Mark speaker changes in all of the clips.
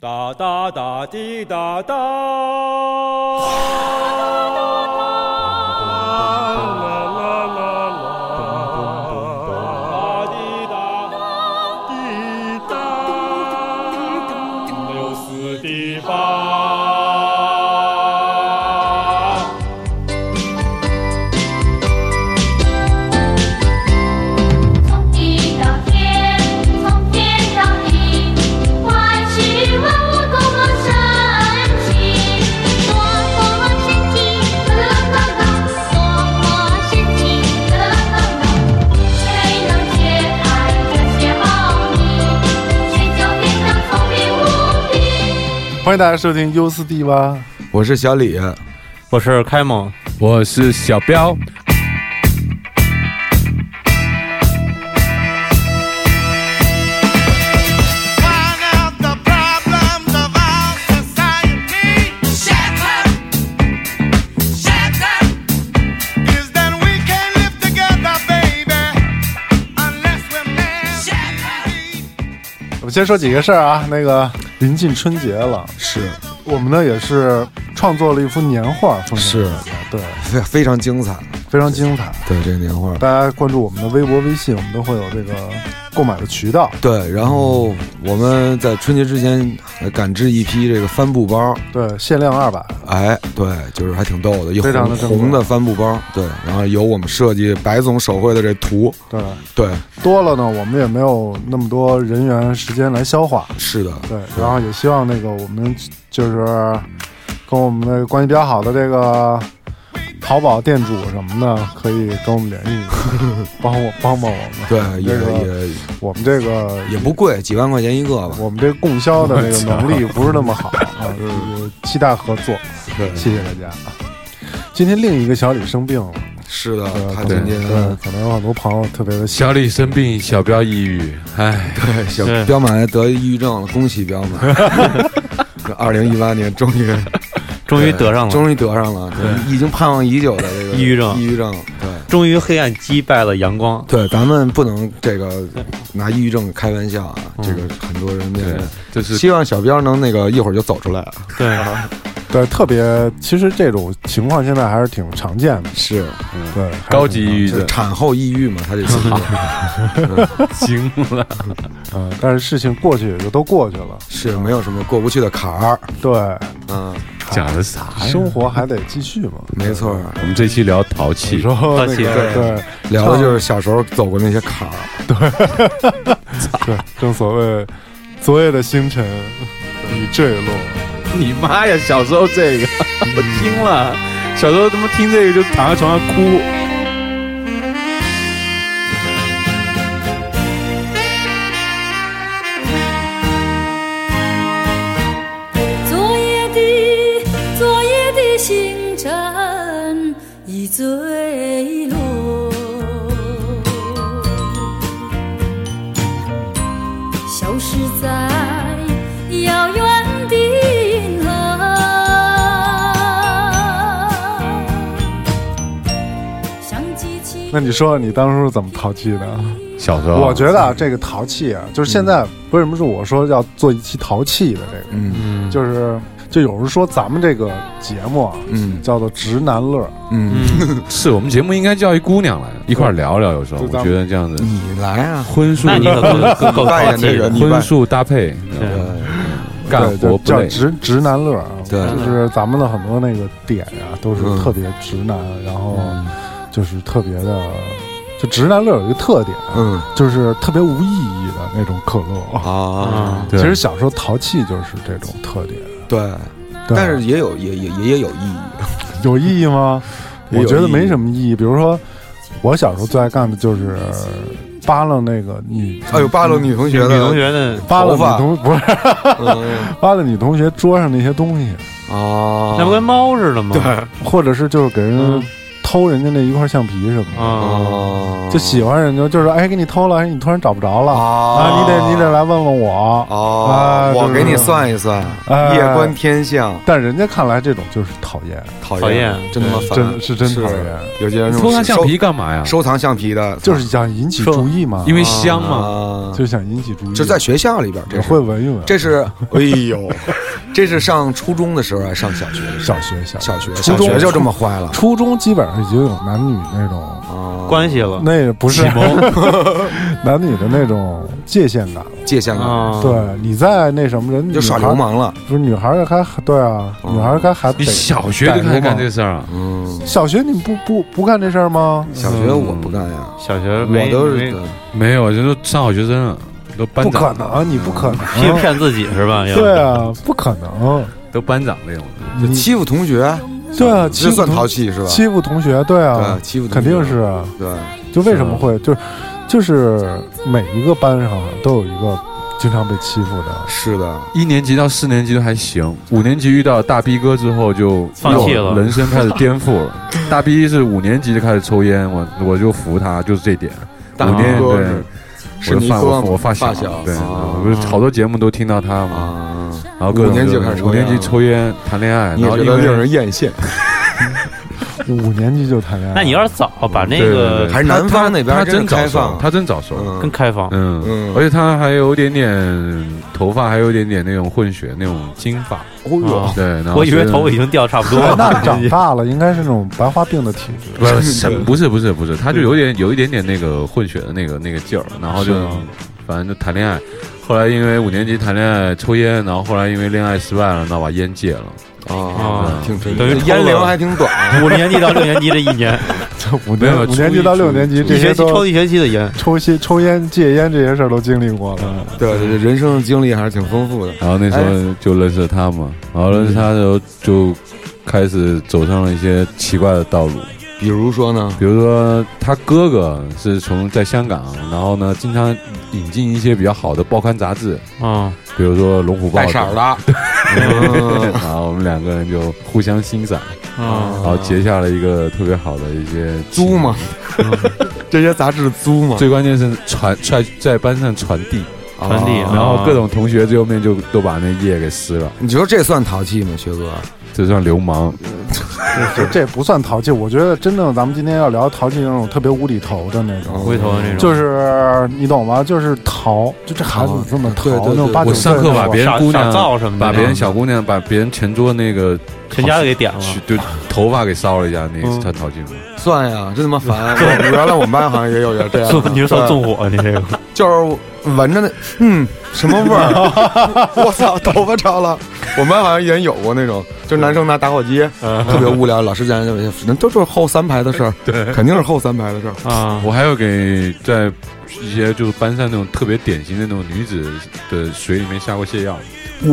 Speaker 1: 哒哒哒滴哒哒。哒滴哒滴哒，没有死的吧？
Speaker 2: 从地到天，从天到地，万事万物共同升起。默默升起，乐高高；默默升起，乐高高。谁能解开这些奥秘？谁就变得聪明无比。
Speaker 3: 欢迎大家收听 U 四 D 吧。
Speaker 4: 我是小李，
Speaker 5: 我是开蒙，
Speaker 6: 我是小彪，
Speaker 7: Find out the problems of our society. Shatter, shatter is that we can't live together, baby, unless we're married.
Speaker 3: 我们先说几个事儿啊，那个临近春节了，
Speaker 4: 是
Speaker 3: 我们呢也是创作了一幅年画，送给
Speaker 4: 是
Speaker 3: 大家对，
Speaker 4: 非 非常精彩，
Speaker 3: 非常精彩。
Speaker 4: 对这个年画，
Speaker 3: 大家关注我们的微博、微信，我们都会有这个购买的渠道。
Speaker 4: 对。然后我们在春节之前还赶制一批这个帆布包，
Speaker 3: 对，限量二百，
Speaker 4: 哎，对，就是还挺逗的，一
Speaker 3: 非常的
Speaker 4: 红
Speaker 3: 正规
Speaker 4: 红的帆布包，对。然后有我们设计白总手绘的这图，
Speaker 3: 对，
Speaker 4: 对，
Speaker 3: 多了呢，我们也没有那么多人员时间来消化。
Speaker 4: 是的，
Speaker 3: 对，然后也希望那个我们就是跟我们的关系比较好的这个淘宝店主什么的，可以跟我们联系， 帮我帮帮我们。
Speaker 4: 对，
Speaker 3: 这
Speaker 4: 也
Speaker 3: 个
Speaker 4: 也
Speaker 3: 我们这个
Speaker 4: 也不贵，几万块钱一个吧，
Speaker 3: 我们这个供销的这个能力不是那么好啊，就是期待合作，
Speaker 4: 对，
Speaker 3: 谢谢大家啊。今天另一个小李生病了，
Speaker 4: 是的
Speaker 3: 呃，
Speaker 4: 他
Speaker 3: 可
Speaker 4: 今
Speaker 3: 能对，
Speaker 4: 天
Speaker 3: 可能有很多朋友特别的想，
Speaker 6: 小李生病，小彪抑郁，唉，
Speaker 4: 对小
Speaker 5: 是
Speaker 4: 彪马也得抑郁症了，恭喜彪马！ 二零一八年终于
Speaker 5: 终于得上了，
Speaker 4: 终于得上了，对，已经盼望已久的这 个
Speaker 5: 抑郁症
Speaker 4: 抑郁症，对。
Speaker 5: 终于黑暗击败了阳光。
Speaker 4: 对，咱们不能这个拿抑郁症开玩笑啊，这个很多人面
Speaker 6: 对，这是
Speaker 4: 希望小彪能那个一会儿就走出来啊。
Speaker 5: 对，
Speaker 3: 对，特别其实这种情况现在还是挺常见的，
Speaker 4: 是，
Speaker 3: 对，
Speaker 6: 高级抑郁
Speaker 4: 就是
Speaker 6: 症，
Speaker 4: 产后抑郁嘛，他这词
Speaker 6: 惊了，
Speaker 3: 嗯，但是事情过去也就都过去了，
Speaker 4: 是没有什么过不去的坎儿。
Speaker 3: 对，
Speaker 4: 嗯，
Speaker 6: 讲的啥呀？
Speaker 3: 生活还得继续嘛。
Speaker 4: 没错儿，
Speaker 6: 我们这期聊淘气，
Speaker 3: 然后
Speaker 5: 好
Speaker 3: 那
Speaker 5: 奇
Speaker 3: 个对
Speaker 4: 聊的就是小时候走过那些坎儿。
Speaker 3: 对，正所谓昨夜的星辰已坠落，
Speaker 6: 你妈呀！小时候这个
Speaker 5: 嗯
Speaker 6: 我 听了，小时候他妈听这个就躺在床上哭。
Speaker 8: 昨夜的昨夜的星辰已坠落，消失在遥远的银河。想记起
Speaker 3: 那你说你当初是怎么淘气的？
Speaker 6: 小时候，
Speaker 3: 我觉得啊，这个淘气啊，就是现在为什么是我说要做一期淘气的这
Speaker 4: 嗯
Speaker 3: 个，就是就有人说咱们这个节目啊，
Speaker 4: 嗯
Speaker 3: 叫做直男乐，
Speaker 4: 嗯，
Speaker 6: 是我们节目应该叫一姑娘来一块儿聊聊，有时候
Speaker 3: 就
Speaker 6: 我
Speaker 3: 咱嗯
Speaker 6: 觉得这样子
Speaker 4: 你来啊，
Speaker 6: 荤素
Speaker 5: 那你可够够
Speaker 4: 扮
Speaker 5: 淘
Speaker 4: 演
Speaker 5: 气
Speaker 4: 这个
Speaker 5: 的，
Speaker 4: 你
Speaker 6: 荤
Speaker 4: 扮
Speaker 6: 素搭配，
Speaker 5: 对
Speaker 4: 嗯
Speaker 6: 干
Speaker 3: 对，
Speaker 6: 活
Speaker 3: 就
Speaker 6: 不
Speaker 3: 叫
Speaker 6: 累。
Speaker 3: 直直男乐啊，
Speaker 4: 对
Speaker 3: 就是咱们的很多那个点啊，都是
Speaker 4: 嗯
Speaker 3: 特别直男，然后就是特别的，就直男乐有一个特点，啊
Speaker 4: 嗯
Speaker 3: 就是特别无意义的那种可乐。
Speaker 4: 啊，
Speaker 6: 对
Speaker 3: 其实小时候淘气就是这种特点，
Speaker 4: 对，
Speaker 3: 对
Speaker 4: 但是也有也也也也有意义。
Speaker 3: 有意义 吗？
Speaker 4: 也有
Speaker 3: 我觉得
Speaker 4: 意义
Speaker 3: 没什么意义。比如说，我小时候最爱干的就是扒拉那个女，
Speaker 4: 哎呦，扒拉女同
Speaker 5: 女
Speaker 4: 学的
Speaker 5: 同学的，
Speaker 3: 扒拉
Speaker 4: 头发
Speaker 3: 女同 不是
Speaker 4: 嗯
Speaker 3: 扒拉女同学桌上那些东西，
Speaker 4: 啊，
Speaker 5: 那不跟猫似的吗？
Speaker 3: 或者是就是给人
Speaker 5: 嗯
Speaker 3: 偷人家那一块橡皮什么的，
Speaker 5: 啊，
Speaker 4: 哦，
Speaker 3: 就喜欢人家就是哎给你偷了，哎你突然找不着了啊，你得你得来问问我，啊
Speaker 4: 哦，我给你算一算，
Speaker 3: 哎
Speaker 4: 夜观天象，
Speaker 3: 但人家看来这种就是讨厌，
Speaker 4: 讨
Speaker 5: 讨厌
Speaker 4: 真他妈烦，
Speaker 3: 真是真讨厌，
Speaker 4: 有些人
Speaker 6: 偷他橡皮干嘛呀？
Speaker 4: 收，收藏橡皮的，
Speaker 3: 就是想引起
Speaker 6: 说
Speaker 3: 注意嘛，
Speaker 6: 因为香嘛。
Speaker 4: 啊，
Speaker 3: 就想引起注意，
Speaker 4: 就在学校里边，这
Speaker 3: 也
Speaker 4: 是
Speaker 3: 会闻一闻，
Speaker 4: 这是，哎呦，这是上初中的时候，还是上小学的时候，
Speaker 3: 小学小
Speaker 4: 小学，
Speaker 3: 初
Speaker 4: 小
Speaker 3: 中
Speaker 4: 学就这么坏了
Speaker 3: 初中基本上已经有男女那种，
Speaker 4: 啊，
Speaker 5: 关系了
Speaker 3: 那不是 男女的那种界限感了。
Speaker 4: 界限感，
Speaker 5: 啊，
Speaker 3: 对，你在那什么人
Speaker 4: 你就耍流，氓了，
Speaker 3: 女孩不是女孩儿该还对啊，
Speaker 4: 嗯
Speaker 3: 女孩儿该还得
Speaker 6: 你小学就开始干这事儿啊？
Speaker 4: 嗯，
Speaker 3: 小学你不不不干这事儿吗？
Speaker 4: 小学
Speaker 3: 嗯
Speaker 4: 我不干呀，
Speaker 5: 小学
Speaker 4: 我
Speaker 5: 没
Speaker 4: 都
Speaker 5: 没
Speaker 4: 是
Speaker 6: 没有，人都上好学生了，都班
Speaker 3: 不可
Speaker 6: 长，
Speaker 3: 能，你不可 能，
Speaker 5: 骗骗自己是吧？要
Speaker 3: 对，啊，不可能，
Speaker 6: 都班长那种。
Speaker 3: 你
Speaker 4: 欺负同学，
Speaker 3: 对啊，欺
Speaker 4: 这
Speaker 3: 负
Speaker 4: 算
Speaker 3: 同
Speaker 4: 淘气是吧？
Speaker 3: 欺负同学，对啊
Speaker 4: 对，，欺负同学
Speaker 3: 肯
Speaker 4: 啊
Speaker 3: 定是啊，
Speaker 4: 对，
Speaker 3: 就为什么会就是就是每一个班上都有一个经常被欺负的，
Speaker 4: 是的，
Speaker 6: 一年级到四年级都还行，五年级遇到大逼哥之后就
Speaker 5: 放弃了
Speaker 6: 人生开始颠覆了。大逼是五年级就开始抽烟，我我就服他，就是这点。
Speaker 4: 大
Speaker 6: 五
Speaker 4: 逼
Speaker 6: 年
Speaker 4: 哥
Speaker 6: 对
Speaker 4: 是，是
Speaker 6: 我的
Speaker 4: 尼
Speaker 6: 发
Speaker 4: 哥
Speaker 6: 我
Speaker 4: 吗
Speaker 6: 我发
Speaker 4: 发
Speaker 6: 小，
Speaker 4: 小
Speaker 6: 对，
Speaker 4: 啊
Speaker 6: 我不是好多节目都听到他嘛，
Speaker 4: 啊，
Speaker 6: 然后各种
Speaker 4: 五年级
Speaker 6: 就
Speaker 4: 开始抽
Speaker 6: 五年
Speaker 4: 烟
Speaker 6: 级抽烟谈恋爱，
Speaker 4: 你也
Speaker 6: 然后
Speaker 4: 觉
Speaker 6: 因
Speaker 4: 得
Speaker 6: 为
Speaker 4: 令人艳羡，
Speaker 3: 五年级就谈恋爱，
Speaker 5: 那你要是早把那
Speaker 6: 对对
Speaker 5: 个
Speaker 6: 对
Speaker 4: 还是南方那
Speaker 6: 他
Speaker 4: 边
Speaker 6: 真
Speaker 4: 真
Speaker 6: 早
Speaker 4: 开
Speaker 6: 熟
Speaker 4: 放，，
Speaker 6: 他真早熟，
Speaker 5: 更
Speaker 4: 嗯
Speaker 5: 开啊放，
Speaker 6: 嗯
Speaker 4: 嗯
Speaker 6: 而且他还有点点头发，还有点点那种混血那种金发，
Speaker 4: 哦
Speaker 5: 啊
Speaker 4: 哟，
Speaker 6: 对，然后
Speaker 5: 我以为
Speaker 6: 是
Speaker 5: 头发已经掉差不多
Speaker 3: 哎
Speaker 5: 了。
Speaker 3: 那长大了应该是那种白化病的体 质，
Speaker 6: 不是什么不是不是不是，他就有点有一点点那个混血的那个那个劲儿，然后就是
Speaker 5: 吗
Speaker 6: 反正就谈恋爱。后来因为五年级谈恋爱抽烟，然后后来因为恋爱失败了，那把烟戒了。
Speaker 4: 啊
Speaker 5: 啊，
Speaker 4: 挺挺
Speaker 5: 等于
Speaker 4: 烟
Speaker 5: 抽
Speaker 4: 龄
Speaker 5: 了
Speaker 4: 还挺 短，
Speaker 5: 五年级到六年级这一年，
Speaker 3: 这五
Speaker 6: 没有
Speaker 3: 年五年级到六年级
Speaker 6: 初
Speaker 3: 这
Speaker 5: 一
Speaker 3: 些
Speaker 5: 学期抽
Speaker 3: 都
Speaker 5: 一学期的烟，
Speaker 3: 抽吸抽烟戒烟这些事儿都经历过了，
Speaker 4: 对，对对人生经历还是挺丰富的。
Speaker 6: 然后那时
Speaker 4: 哎
Speaker 6: 候就认识了他嘛，然后认识他的时候就开始走上了一些奇怪的道路，
Speaker 4: 比如说呢，
Speaker 6: 比如说他哥哥是从在香港，然后呢经常引进一些比较好的报刊杂志，
Speaker 5: 啊，
Speaker 6: 比如说《龙虎豹》
Speaker 4: 带色儿的，嗯
Speaker 6: 然后我们两个人就互相欣赏，
Speaker 5: 啊，
Speaker 6: 然后结下了一个特别好的一些情
Speaker 4: 租嘛， 这些杂志租嘛，
Speaker 6: 最关键是传在在班上传递，
Speaker 5: 传递
Speaker 4: 啊
Speaker 5: 啊
Speaker 6: 然后各种同学最后面就都把那页给撕了，
Speaker 4: 你说这算淘气吗，学哥？
Speaker 6: 这算流氓。
Speaker 3: 这这不算淘气，我觉得真正咱们今天要聊淘气那种特别无厘头的那种。
Speaker 5: 回头那种，
Speaker 3: 哦就是你懂吗？就是淘，就这孩子
Speaker 4: 哦
Speaker 3: 这么淘，
Speaker 4: 对对
Speaker 3: 那种
Speaker 4: 对
Speaker 3: 八九
Speaker 6: 我
Speaker 3: 岁
Speaker 6: 上
Speaker 3: 的
Speaker 6: 课把
Speaker 3: 时候
Speaker 6: 别人
Speaker 5: 傻
Speaker 6: 姑娘
Speaker 5: 傻造什么的，
Speaker 6: 把别人小姑娘，把别人前桌那个
Speaker 5: 全家都给点了，
Speaker 6: 就头发给烧了一下，那
Speaker 5: 嗯
Speaker 6: 算淘气吗？
Speaker 4: 算呀，真他妈烦！啊 我原来我们班好像也有人 这样 的，
Speaker 5: 你是说
Speaker 4: 对
Speaker 5: 纵火？你这 个
Speaker 4: 就是闻着那，嗯，什么味儿？ 我操，头发着了。我们班好像也有过那种，就是男生拿打火机，特别无聊，老师在那就那都就是后三排的事儿，对，肯定是后三排的事儿。
Speaker 5: 啊，
Speaker 6: 我还有给在一些就是班上那种特别典型的那种女子的水里面下过泻药，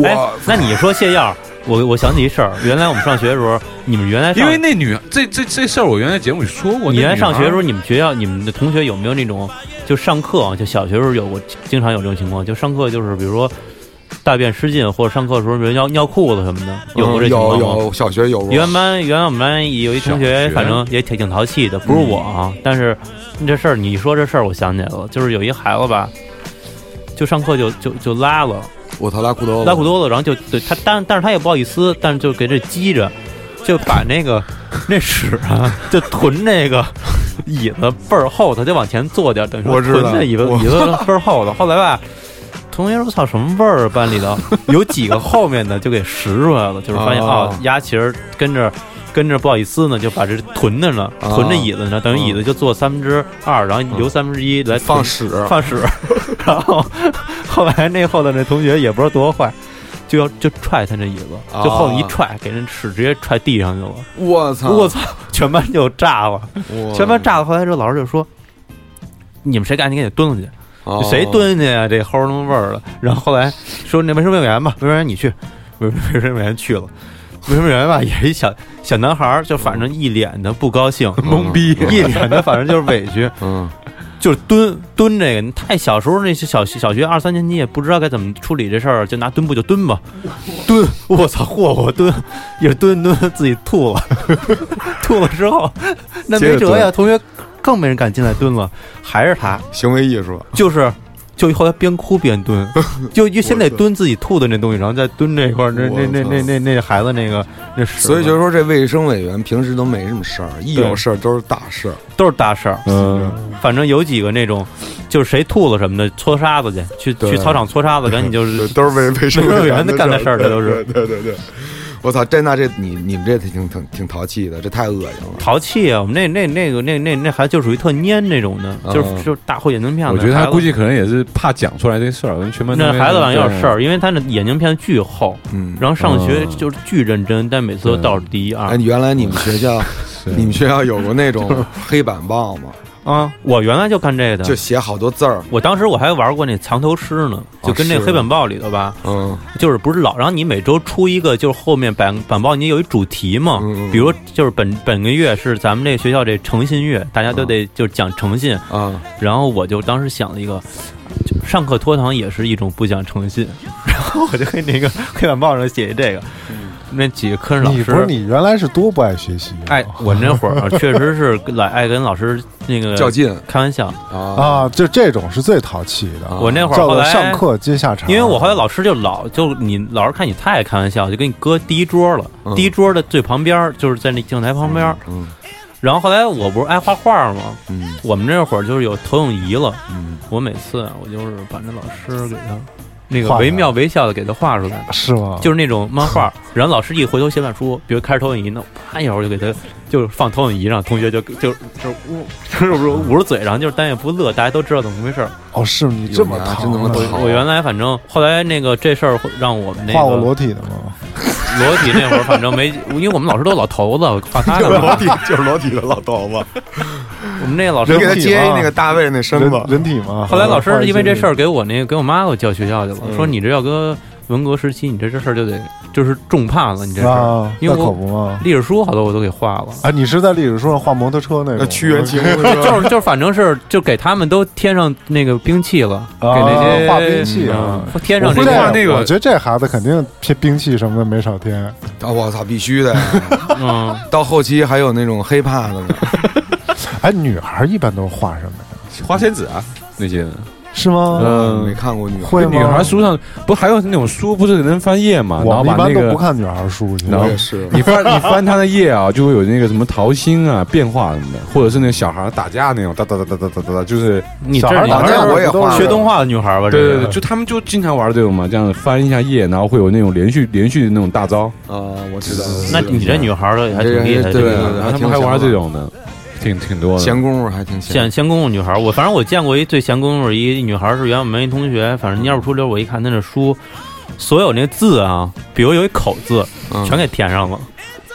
Speaker 5: 哎，那你说泻药，我我想起一事儿，原来我们上学的时候，你们原来上
Speaker 6: 因为那女这这这事儿我原来节目里说过，
Speaker 5: 你原来
Speaker 6: 那女
Speaker 5: 上学的时
Speaker 6: 孩
Speaker 5: 候，你们学校你们的同学有没有那种就上课啊，就小学时候有过，经常有这种情况，就上课就是比如说大便失禁，或者上课的时候比如尿尿裤子什么的，有过这
Speaker 4: 嗯
Speaker 5: 情
Speaker 4: 有
Speaker 5: 况吗？
Speaker 4: 有小学有过，
Speaker 5: 原班原来我们班有一同
Speaker 6: 小
Speaker 5: 学，
Speaker 6: 学
Speaker 5: 反正也挺挺淘气的，不是我啊，
Speaker 4: 嗯
Speaker 5: 但是这事儿你一说这事儿，我想起来了，就是有一孩子吧，就上课就就就拉了。
Speaker 4: 我操拉裤兜，
Speaker 5: 拉裤兜子，然后就对他，但但是他也不好意思，但是就给这激着，就把那 个那屎啊，就囤那个椅子倍儿厚，他就往前坐点，等于说
Speaker 4: 我知道
Speaker 5: 囤那椅子
Speaker 4: 我
Speaker 5: 椅子倍儿厚的。后来吧，同学说：“操，什么味儿啊？班里头有几个后面的就给拾出来了，就是发现
Speaker 4: 哦
Speaker 5: 啊，丫其实跟着。”跟着不好意思呢，就把这囤着呢，
Speaker 4: 哦
Speaker 5: 囤着椅子呢，等于
Speaker 4: 嗯
Speaker 5: 椅子就坐三分之二，然后留三分之一来囤
Speaker 4: 放屎，
Speaker 5: 放屎，然后后来那后头那同学也不知道多坏，就要就踹他那椅子，
Speaker 4: 啊
Speaker 5: 就后头一踹，给人屎直接踹地上去
Speaker 4: 哦
Speaker 5: 了。
Speaker 4: 我操，
Speaker 5: 我操，全班就炸了，
Speaker 4: 哇
Speaker 5: 全班炸了。后来之后老师就说。你们谁干？你赶紧蹲下去！
Speaker 4: 哦
Speaker 5: 谁蹲下呀、这齁他妈味儿了。然后后来说那卫生委员吧，卫生委员你去，卫卫生委 员去了。卫生委员吧也是一小小男孩儿，就反正一脸的不高兴，
Speaker 4: 懵逼
Speaker 5: 一脸的反正就是委屈。
Speaker 4: 嗯，
Speaker 5: 就是蹲蹲这个，你太小时候那些小小学二三年级也不知道该怎么处理这事儿，就 拿墩布就蹲吧，蹲，我操，霍霍蹲，也是蹲蹲自己吐了， 吐了之后，那
Speaker 4: 接着
Speaker 5: 没辙呀，
Speaker 4: 蹲
Speaker 5: 同学更没人敢进来蹲了，还是他，
Speaker 4: 行为艺术，
Speaker 5: 就是。就后来边哭边 蹲，就就先得
Speaker 4: 我操
Speaker 5: 蹲自己吐的那东西，然后再蹲这块儿，那那那那那那孩子那个那屎嘛，
Speaker 4: 所以就是说这卫生委员平时都没什么事儿，一有
Speaker 5: 对
Speaker 4: 事儿都是大事儿。
Speaker 5: 都是大事儿。
Speaker 6: 嗯，
Speaker 5: 反正有几个那种，就是谁吐了什么的，搓沙子去，去
Speaker 4: 对
Speaker 5: 去操场搓沙子，赶紧就是
Speaker 4: 对，都是卫卫生
Speaker 5: 卫生
Speaker 4: 员
Speaker 5: 员干的事儿
Speaker 4: 对
Speaker 5: 这都是
Speaker 4: 对对对对，我操，这那这你你们这挺挺挺淘气的，这太恶心了。
Speaker 5: 淘气啊！我们那那那个那那那孩子就属于特蔫那种的，
Speaker 4: 嗯
Speaker 5: 就是就是大厚眼镜片子。
Speaker 6: 我觉得他
Speaker 5: 孩子
Speaker 6: 估计可能也是怕讲出来这事儿，跟全班
Speaker 5: 那
Speaker 6: 同学
Speaker 5: 孩子好像有点
Speaker 6: 对啊
Speaker 5: 事儿，因为他那眼镜片巨厚，
Speaker 4: 嗯，
Speaker 5: 然后上学
Speaker 6: 嗯
Speaker 5: 就是巨认真，但每次都倒数第一
Speaker 4: 哎，
Speaker 5: 二
Speaker 4: 你原来你们学 校
Speaker 6: 是啊
Speaker 4: 你们学校有过那种黑板报吗？
Speaker 5: 啊！我原来就干这个
Speaker 4: 就
Speaker 5: 的。
Speaker 4: 写好多字儿，
Speaker 5: 我当时我还玩过那藏头诗呢，就跟那
Speaker 4: 是
Speaker 5: 黑板报里头吧，
Speaker 4: 嗯，
Speaker 5: 就是不是老让你每周出一个，就是后面板板报你有一主题嘛
Speaker 4: 嗯嗯，
Speaker 5: 比如就是本本个月是咱们这学校这诚信月，大家都
Speaker 4: 嗯
Speaker 5: 得就是讲诚信，
Speaker 4: 啊，
Speaker 5: 然后我就当时想了一个，就上课拖堂也是一种不讲诚信，然后我就跟那个黑板报上写一这个，那几个科任老师，
Speaker 3: 你不是你原来是多不爱学习啊
Speaker 5: 哎，我那会儿确实是老爱跟老师 那个
Speaker 4: 较劲
Speaker 5: 开玩笑，
Speaker 4: 啊
Speaker 3: 啊？就这种是最淘气的，
Speaker 4: 啊
Speaker 5: 我那会儿
Speaker 3: 叫
Speaker 5: 后
Speaker 3: 做
Speaker 5: 来
Speaker 3: 上。课接下茬。
Speaker 5: 因为我后来老师就老就你老师看你太爱开玩笑，就给你搁第一桌了，
Speaker 4: 嗯
Speaker 5: 第一桌的最旁边儿就是在那镜台旁边儿。
Speaker 4: 嗯
Speaker 5: 然后后来我不是爱画画吗？
Speaker 4: 嗯
Speaker 5: 我们那会儿就是有投影仪了，
Speaker 4: 嗯，
Speaker 5: 我每次啊，我就是把那老师给他那个
Speaker 3: 画出来
Speaker 5: 惟妙惟肖的给他画出
Speaker 4: 啊
Speaker 5: 来，
Speaker 3: 是吗？
Speaker 5: 就是那种漫画。然后老师一回头写板书，比如开着投影仪呢，啪一会儿就给他就是放投影仪上，同学就就就捂 就是捂捂着嘴，然后就是但也不乐，大家都知道怎么回事儿。
Speaker 3: 哦，是吗你这么
Speaker 4: 有呀
Speaker 3: 淘啊
Speaker 4: 真他妈
Speaker 3: 呢，
Speaker 4: 淘
Speaker 5: 啊我原来反正后来那个这事儿让我们那
Speaker 3: 画过
Speaker 5: 个
Speaker 3: 裸体的吗？
Speaker 5: 裸体那会儿，反正没，因为我们老师都老头子，画 他
Speaker 4: 就是裸
Speaker 5: 的。
Speaker 4: 体就是裸体的老头子，
Speaker 5: 我们那个老
Speaker 4: 你
Speaker 5: 师
Speaker 4: 给他
Speaker 3: 人体
Speaker 4: 接一
Speaker 3: 吗
Speaker 4: 那个大卫那身
Speaker 3: 人
Speaker 4: 子，
Speaker 3: 人体吗？
Speaker 5: 后来老师因为这事
Speaker 3: 儿，
Speaker 5: 儿给我那个给我妈给我叫学校去了，
Speaker 4: 嗯
Speaker 5: 说你这要跟文革时期，你这这事儿就得就是重判了，你这事儿。
Speaker 3: 啊，
Speaker 5: 因为
Speaker 3: 那
Speaker 5: 我
Speaker 3: 可不嘛。
Speaker 5: 历史书好多我都给画了，
Speaker 3: 啊，你是在历史书上画摩托车那
Speaker 4: 那
Speaker 3: 种？
Speaker 4: 屈原 秦是吧
Speaker 5: 就是就是反正是就给他们都添上那个兵器了，给
Speaker 3: 啊
Speaker 5: 那些
Speaker 3: 画兵器啊
Speaker 5: 嗯添上
Speaker 6: 我
Speaker 5: 这
Speaker 6: 会
Speaker 3: 这
Speaker 5: 个
Speaker 6: 画那个
Speaker 3: 我觉得这孩子肯定偏兵器什么的没少添。
Speaker 4: 啊，我操，必须的。
Speaker 5: 嗯，
Speaker 4: 到后期还有那种黑怕的呢，
Speaker 3: 哎，女孩一般都画什么呀？
Speaker 6: 花仙子啊那些的，
Speaker 3: 是吗？
Speaker 6: 嗯
Speaker 4: 没看过女孩。
Speaker 3: 会吗？
Speaker 6: 女孩书上不还有那种书不是能翻页嘛，然
Speaker 3: 我
Speaker 6: 后
Speaker 3: 们
Speaker 6: 把
Speaker 3: 一般
Speaker 6: 那
Speaker 3: 都不
Speaker 6: 个
Speaker 3: 看女孩书去。
Speaker 6: 然后
Speaker 4: 我也是，
Speaker 6: 你翻你翻他的页啊，就会有那个什么桃心啊、变化什么的，或者是那个小孩打架那种哒哒哒哒哒哒哒哒，就是
Speaker 5: 你这
Speaker 3: 小孩
Speaker 5: 你
Speaker 3: 打
Speaker 4: 这
Speaker 5: 这
Speaker 3: 架
Speaker 5: 是
Speaker 4: 我也
Speaker 3: 不都
Speaker 4: 画
Speaker 3: 是
Speaker 5: 学动画的女孩吧？
Speaker 6: 对
Speaker 5: 这
Speaker 6: 对
Speaker 5: 是
Speaker 6: 对，就他们就经常玩这种嘛，这样翻一下页，然后会有那种连续连续那种大招，
Speaker 4: 啊，我知道。
Speaker 5: 那你这女孩儿嗯的还挺厉害的，
Speaker 4: 对
Speaker 5: 这个
Speaker 4: 对对
Speaker 6: 嗯然后他们还玩这种的，挺挺多的。
Speaker 4: 闲工夫还挺闲
Speaker 5: 闲。闲工夫女孩儿，我反正我见过一最闲工夫一女孩儿是原我们一同学，反正蔫不出溜，我一看她那书，所有那字啊，比如有一口字，
Speaker 4: 嗯
Speaker 5: 全给填上了。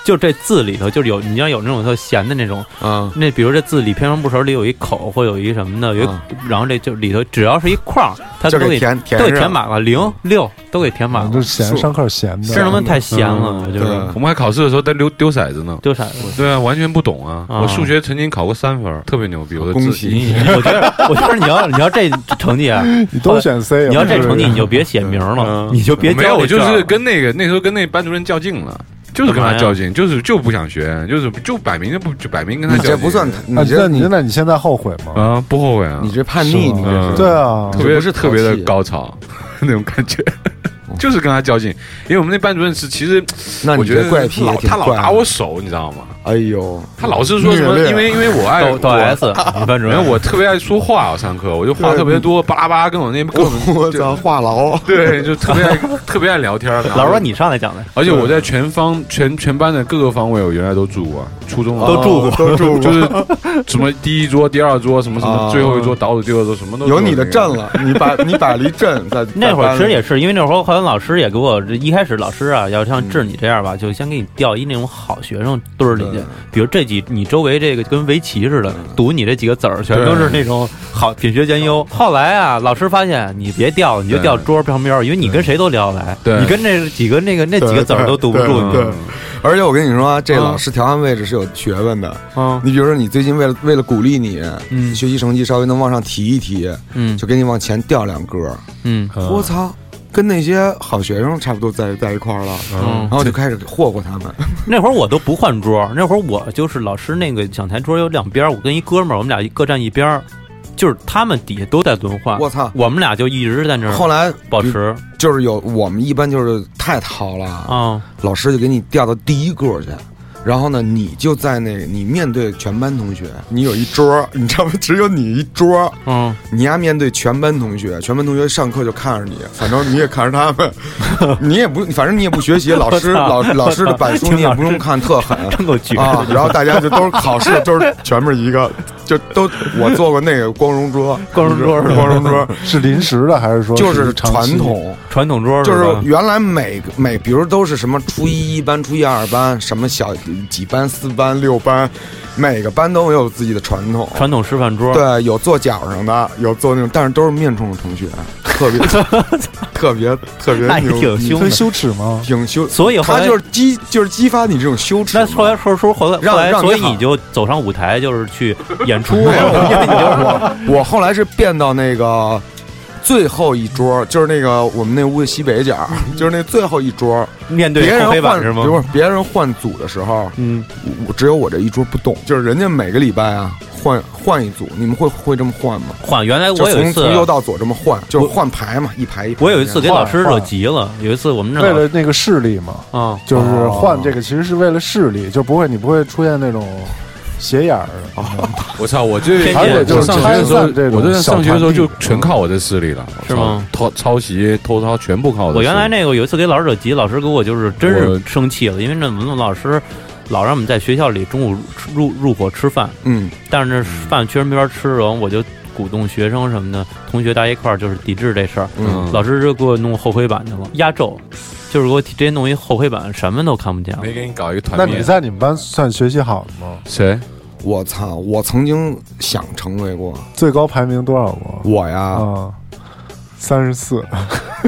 Speaker 5: 就这字里头，就是有你要有那种特闲的那种，
Speaker 4: 啊
Speaker 5: 那比如这字里偏旁部首里有一口，或有一什么的，有一，
Speaker 4: 啊
Speaker 5: 然后这就里头只要是一块儿，它
Speaker 4: 就
Speaker 5: 都
Speaker 4: 给
Speaker 5: 给
Speaker 4: 填嗯填
Speaker 5: 都给
Speaker 4: 上
Speaker 5: 填满了，零六都给填满
Speaker 3: 就
Speaker 5: 了
Speaker 3: 是，闲
Speaker 4: 是
Speaker 3: 上课闲的。
Speaker 5: 这他妈太闲了，
Speaker 6: 嗯
Speaker 5: 我觉得
Speaker 4: 对
Speaker 6: 我们还考试的时候在丢丢骰子呢。
Speaker 5: 丢色子。
Speaker 6: 对啊，完全不懂啊！
Speaker 5: 啊
Speaker 6: 我数学曾经考过三分，特别牛逼，我的
Speaker 4: 恭
Speaker 6: 自
Speaker 4: 喜
Speaker 6: 引以
Speaker 5: 我觉得，我觉得你要你要这成绩啊，
Speaker 3: 你都选 C，
Speaker 5: 你要这
Speaker 3: 不是
Speaker 5: 成绩你就别写名了，
Speaker 6: 嗯
Speaker 5: 你就别交
Speaker 6: 没有，
Speaker 5: 这
Speaker 6: 我就
Speaker 5: 卷儿
Speaker 6: 是跟那个那时候跟那班主任较劲了，就是跟
Speaker 5: 干嘛
Speaker 6: 他
Speaker 5: 呀
Speaker 6: 较劲，就是就不想学，就是就摆明就不就摆明跟他
Speaker 4: 你
Speaker 6: 较劲。
Speaker 4: 这不算，
Speaker 3: 啊
Speaker 4: 你
Speaker 3: 那
Speaker 4: 这
Speaker 3: 你
Speaker 4: 你
Speaker 3: 那你现在后悔吗？
Speaker 6: 啊，不后悔啊，
Speaker 4: 你这叛逆，
Speaker 3: 是吗
Speaker 4: 你这是
Speaker 6: 嗯
Speaker 3: 对啊，
Speaker 6: 特
Speaker 4: 这
Speaker 6: 别
Speaker 4: 不是
Speaker 6: 特别
Speaker 4: 淘
Speaker 6: 的
Speaker 4: 气哦
Speaker 6: 高潮 那种感觉，就是跟他较劲。因为我们那班主任是，其实
Speaker 4: 那
Speaker 6: 我
Speaker 4: 你
Speaker 6: 觉
Speaker 4: 这
Speaker 6: 得
Speaker 4: 怪癖
Speaker 6: 他
Speaker 4: 也
Speaker 6: 老
Speaker 4: 挺
Speaker 6: 他老
Speaker 4: 怪的。
Speaker 6: 打我手，你知道吗？
Speaker 4: 哎呦，
Speaker 6: 他老是说什么
Speaker 4: 虐，恋
Speaker 6: 因为因为我爱
Speaker 5: 到到
Speaker 6: 我
Speaker 5: S，你嗯班主
Speaker 6: 然
Speaker 5: 任
Speaker 6: 后我特别爱说话，我上课我就话特别多，巴拉巴拉跟我那 跟我们
Speaker 4: 我操，话痨，
Speaker 6: 对，就特别爱特别爱聊天。然后
Speaker 5: 老师说你上来讲的，
Speaker 6: 而且我在全方全全班的各个方位，我原来都住过，初中啊
Speaker 5: 都住过
Speaker 4: 哦都住
Speaker 6: 就
Speaker 4: 过，
Speaker 6: 是什么第一桌、第二桌，什么什么
Speaker 4: 啊
Speaker 6: 最后一桌、倒数第二桌，什么都
Speaker 4: 有你的
Speaker 6: 阵
Speaker 4: 阵。了，你把你摆了一阵在
Speaker 5: 那会儿其实也
Speaker 4: 是
Speaker 5: 是因为那会儿好像老师也给我一开始老师啊，要像治你这样吧，就先给你调一那种好学生堆儿里去
Speaker 4: 对，
Speaker 5: 比如这几你周围这个跟围棋似的，赌你这几个子儿全
Speaker 6: 对
Speaker 5: 都是那种好品学兼优。后来啊，老师发现你别调了，你就
Speaker 6: 对
Speaker 5: 调桌旁边儿，因为你跟谁都聊得来，
Speaker 6: 对
Speaker 5: 你跟那几个那个那几个子儿都堵不住你。
Speaker 4: 对，而且我跟你说啊，这老师调换位置是有学问的。
Speaker 5: 嗯
Speaker 4: 你比如说，你最近为了为了鼓励你，
Speaker 5: 嗯
Speaker 4: 学习成绩稍微能往上提一提，
Speaker 5: 嗯
Speaker 4: 就给你往前调两格。
Speaker 5: 嗯，
Speaker 4: 我操，跟那些好学生差不多在在一块儿了，
Speaker 5: 嗯
Speaker 4: 然后我就开始霍霍他们。
Speaker 5: 那会儿我都不换桌，那会儿我就是老师那个讲台桌有两边儿，我跟一哥们儿，我们俩各站一边儿，就是他们底下都在轮换，
Speaker 4: 我操！
Speaker 5: 我们俩就一直在那
Speaker 4: 后
Speaker 5: 儿
Speaker 4: 来
Speaker 5: 啊嗯保持
Speaker 4: 就是有我们一般就是太淘了，
Speaker 5: 啊，
Speaker 4: 老师就给你调到第一个去。然后呢，你就在那个，你面对全班同学，你有一桌，你知道吗？只有你一桌，
Speaker 5: 嗯，
Speaker 4: 你丫面对全班同学，全班同学上课就看着你，反正你也看着他们， 你也不，反正你也不学习，老师老老师的板书你也不用看，特狠
Speaker 5: 真够绝
Speaker 4: 啊
Speaker 5: 的。。
Speaker 4: 然后大家就都是 考试，都是前面一个，就都我做过那个光荣桌，
Speaker 5: 光荣桌是吧
Speaker 4: 光荣桌，
Speaker 3: 是临时的还是说
Speaker 4: 就是
Speaker 3: 长
Speaker 4: 传
Speaker 3: 期？
Speaker 4: 统，
Speaker 5: 传统桌
Speaker 4: 就是
Speaker 5: 吧
Speaker 4: 原来每个每，比如都是什么初一一班、初一二班，什么小几班、四班、六班，每个班都有自己的传统。
Speaker 5: 传统示范桌，
Speaker 4: 对，有坐脚上的，有坐那种，但是都是面冲的同学，特别 特别特别
Speaker 5: 那也
Speaker 4: 牛
Speaker 5: 挺
Speaker 4: 逼
Speaker 5: 凶
Speaker 3: 会羞耻吗？
Speaker 4: 挺羞。
Speaker 5: 所以后
Speaker 4: 他
Speaker 5: 来
Speaker 4: 就是激，就是激发你这种羞耻嘛。
Speaker 5: 那后来说说后来
Speaker 4: 让
Speaker 5: 后来，
Speaker 4: 让你
Speaker 5: 所以
Speaker 4: 喊
Speaker 5: 你就走上舞台，就是去演出
Speaker 4: 没有，我我后来是变到那个最后一桌，就是那个我们那屋的西北 角，就是那最后一桌。
Speaker 5: 面
Speaker 4: 别
Speaker 5: 对
Speaker 4: 人
Speaker 5: 后黑板
Speaker 4: 换
Speaker 5: 是吗？
Speaker 4: 不是别人换组的时候，
Speaker 5: 嗯，
Speaker 4: 我只有我这一桌不动，就是人家每个礼拜啊换换一组，你们会会这么换吗？
Speaker 5: 换原来
Speaker 4: 就
Speaker 5: 哎我有一
Speaker 4: 从
Speaker 5: 次啊
Speaker 4: 从，右到左这么换，就是
Speaker 5: 我
Speaker 4: 换牌嘛，一排一排这样。
Speaker 5: 我有一次给老师
Speaker 3: 换
Speaker 5: 惹急了，有一次我们那
Speaker 3: 为
Speaker 5: 老
Speaker 3: 了那个视力嘛，
Speaker 5: 啊，
Speaker 3: 就是换这个，其实是为了视力，就不会你不会出现那种斜眼儿。
Speaker 6: 我操！我这
Speaker 5: 还有就是
Speaker 6: 我上学的时
Speaker 3: 拆散这
Speaker 6: 候，
Speaker 3: 种
Speaker 6: 我这上学的时候
Speaker 3: 小团体
Speaker 6: 就全靠我这视力了，
Speaker 5: 是吗？
Speaker 6: 抄抄袭、偷抄全部靠我的视力。
Speaker 5: 我原来那个有一次给老师惹急，老师给我就是真
Speaker 6: 我
Speaker 5: 是生气了，因为那文总老师老让我们在学校里中午吃入入伙吃饭，
Speaker 4: 嗯，
Speaker 5: 但是那饭确实没法吃，然后我就鼓动学生什么的，同学大家一块儿就是抵制这事儿。
Speaker 4: 嗯
Speaker 5: 老师就给我弄后黑板去了，压轴，就是给我直接弄一后黑板，什么都看不见了
Speaker 6: 没给你搞一个
Speaker 3: 那
Speaker 6: 团
Speaker 3: 你
Speaker 6: 灭，
Speaker 3: 在你们班算学习好的吗？
Speaker 6: 谁？
Speaker 4: 我操！我曾经想成为过
Speaker 3: 最高排名多少个？
Speaker 4: 我呀，
Speaker 5: 哦
Speaker 3: 啊，三十四。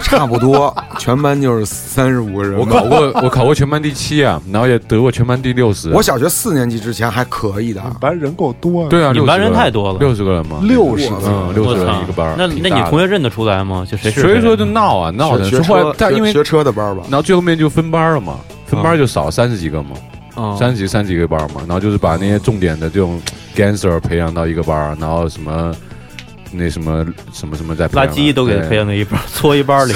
Speaker 4: 差不 多全班就是三十五个人吧。
Speaker 6: 我考过，我考过全班第七啊，然后也得过全班第六十。啊
Speaker 4: 我小学四年级之前还可以的
Speaker 5: 嗯
Speaker 3: 你，们 班人够多啊，
Speaker 6: 对啊，
Speaker 5: 你们班人太多了
Speaker 6: 六十个人
Speaker 4: 啊
Speaker 6: 吗？
Speaker 3: 六十个。
Speaker 6: 嗯，六
Speaker 5: 我
Speaker 6: 十个
Speaker 5: 操
Speaker 6: 人一个班儿。
Speaker 5: 那那
Speaker 6: 挺大
Speaker 5: 你
Speaker 6: 的
Speaker 5: 同学认得出来吗？就谁是
Speaker 6: 所
Speaker 5: 谁
Speaker 6: 以说就闹啊闹的
Speaker 4: 学，学
Speaker 6: 后
Speaker 4: 车
Speaker 6: 来但
Speaker 4: 学
Speaker 6: 因为
Speaker 4: 学车的班儿 吧
Speaker 6: 然。后最后面就分班了嘛，
Speaker 5: 嗯
Speaker 6: 分班就少三十几个嘛，
Speaker 5: 啊
Speaker 6: 三十几三十几个班嘛，然后就是把那些重点的这种 gangster 培养到一个班儿，然后什么那什么什么什么再培
Speaker 5: 垃
Speaker 6: 养
Speaker 5: 圾都给
Speaker 6: 对
Speaker 5: 培养到一班，搓一班 里。